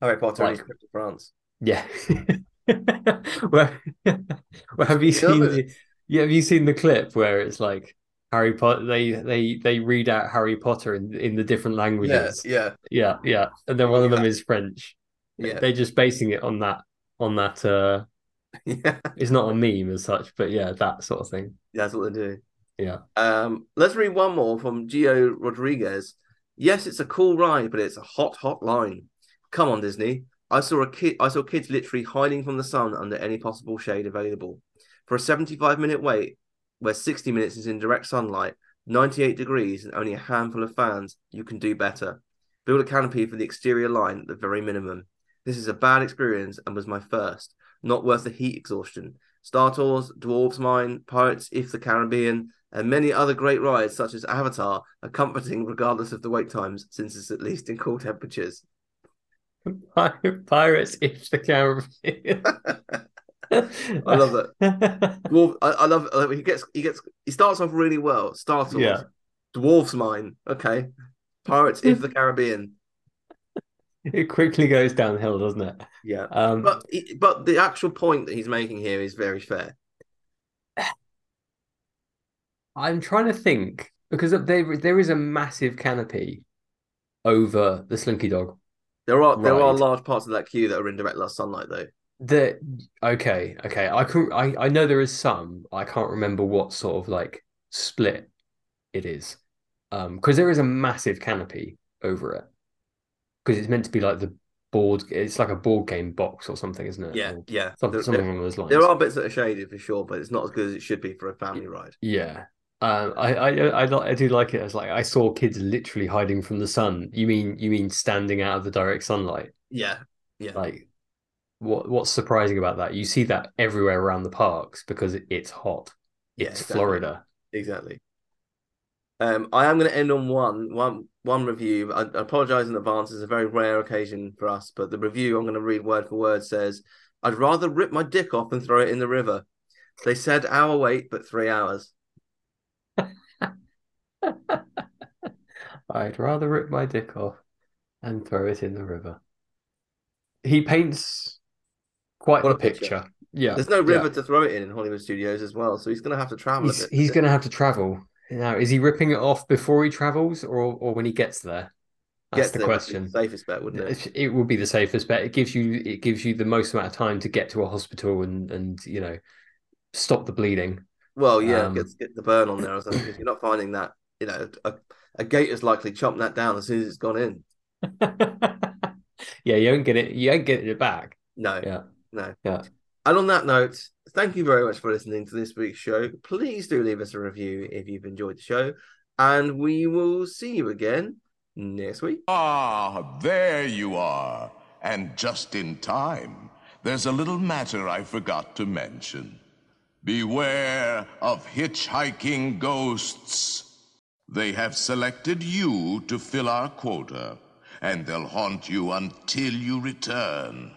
S1: Harry Potter
S2: like-
S1: is to France.
S2: yeah. Well, well, have you seen
S1: Yeah.
S2: the yeah, have you seen the clip where it's like Harry Potter they they they read out Harry Potter in in the different
S1: Yeah,
S2: languages.
S1: yeah,
S2: Yeah, yeah. And then one of them is French.
S1: yeah,
S2: they're just basing it on that on that uh
S1: yeah.
S2: it's not a meme as such but yeah that sort of thing
S1: That's what they do.
S2: Yeah.
S1: Um, let's read one more from Gio Rodriguez. Yes, it's a cool ride, but it's a hot, hot line. Come on, Disney. I saw a kid. I saw kids literally hiding from the sun under any possible shade available. For a 75 minute wait, where 60 minutes is in direct sunlight, 98 degrees, and only a handful of fans, you can do better. Build a canopy for the exterior line at the very minimum. This is a bad experience and was my first. Not worth the heat exhaustion. Star Tours, Dwarves Mine, Pirates if the Caribbean, and many other great rides such as Avatar are comforting regardless of the wait times, since it's at least in cool temperatures.
S2: Pir- pirates if the Caribbean
S1: I love that.
S2: that
S1: Dwarf, I, I love uh, he gets he gets he starts off really well. Star Tours,
S2: Yeah.
S1: Dwarves Mine, okay, Pirates if the Caribbean,
S2: it quickly goes downhill doesn't it
S1: yeah.
S2: um
S1: But he- but the actual point that he's making here is very fair.
S2: I'm trying to think because there there is a massive canopy over the Slinky Dog.
S1: There are there are
S2: Right.
S1: large parts of that queue that are in direct last sunlight though.
S2: The okay, okay. I can I I know there is some. I can't remember what sort of like split it is. Um, because there is a massive canopy over it. Because it's meant to be like the board it's like a board game box or something, isn't it?
S1: Yeah,
S2: Or
S1: yeah.
S2: some-
S1: There-
S2: something
S1: there,
S2: along those lines.
S1: there are bits that are shaded for sure, but it's not as good as it should be for a family ride.
S2: Yeah. Um, I, I I li- I do like it as like I saw kids literally hiding from the sun. You mean you mean standing out of the direct sunlight?
S1: Yeah, yeah.
S2: Like what what's surprising about that? You see that everywhere around the parks because it- it's hot.
S1: Yeah,
S2: It's
S1: exactly.
S2: Florida.
S1: Exactly. Um, I am going to end on one one one review. I, I apologize in advance. It's a very rare occasion for us, but the review I'm going to read word for word says, "I'd rather rip my dick off and throw it in the river." They said hour wait, but three hours.
S2: I'd rather rip my dick off and throw it in the river. He paints quite
S1: What
S2: the
S1: a picture.
S2: picture. Yeah.
S1: There's no
S2: yeah.
S1: river to throw it in in Hollywood studios as well, so he's going to have to travel a
S2: He's
S1: bit.
S2: he's gonna have to travel. Now, is he ripping it off before he travels or or when he gets there?
S1: Gets
S2: That's the
S1: there would be
S2: question.
S1: Safest bet, wouldn't it?
S2: It it would be the safest bet. It gives you it gives you the most amount of time to get to a hospital and and you know stop the bleeding.
S1: Well, yeah,
S2: Um,
S1: get, get the burn on there or something. 'cause you're not finding that. You know, a, a gate is likely chomped that down as soon as it's gone in.
S2: yeah, you don't get it. You ain't getting it back.
S1: No.
S2: Yeah.
S1: No.
S2: Yeah.
S1: And on that note, thank you very much for listening to this week's show. Please do leave us a review if you've enjoyed the show. And we will see you again next week.
S5: Ah, there you are. And just in time. There's a little matter I forgot to mention. Beware of hitchhiking ghosts. They have selected you to fill our quota, and they'll haunt you until you return.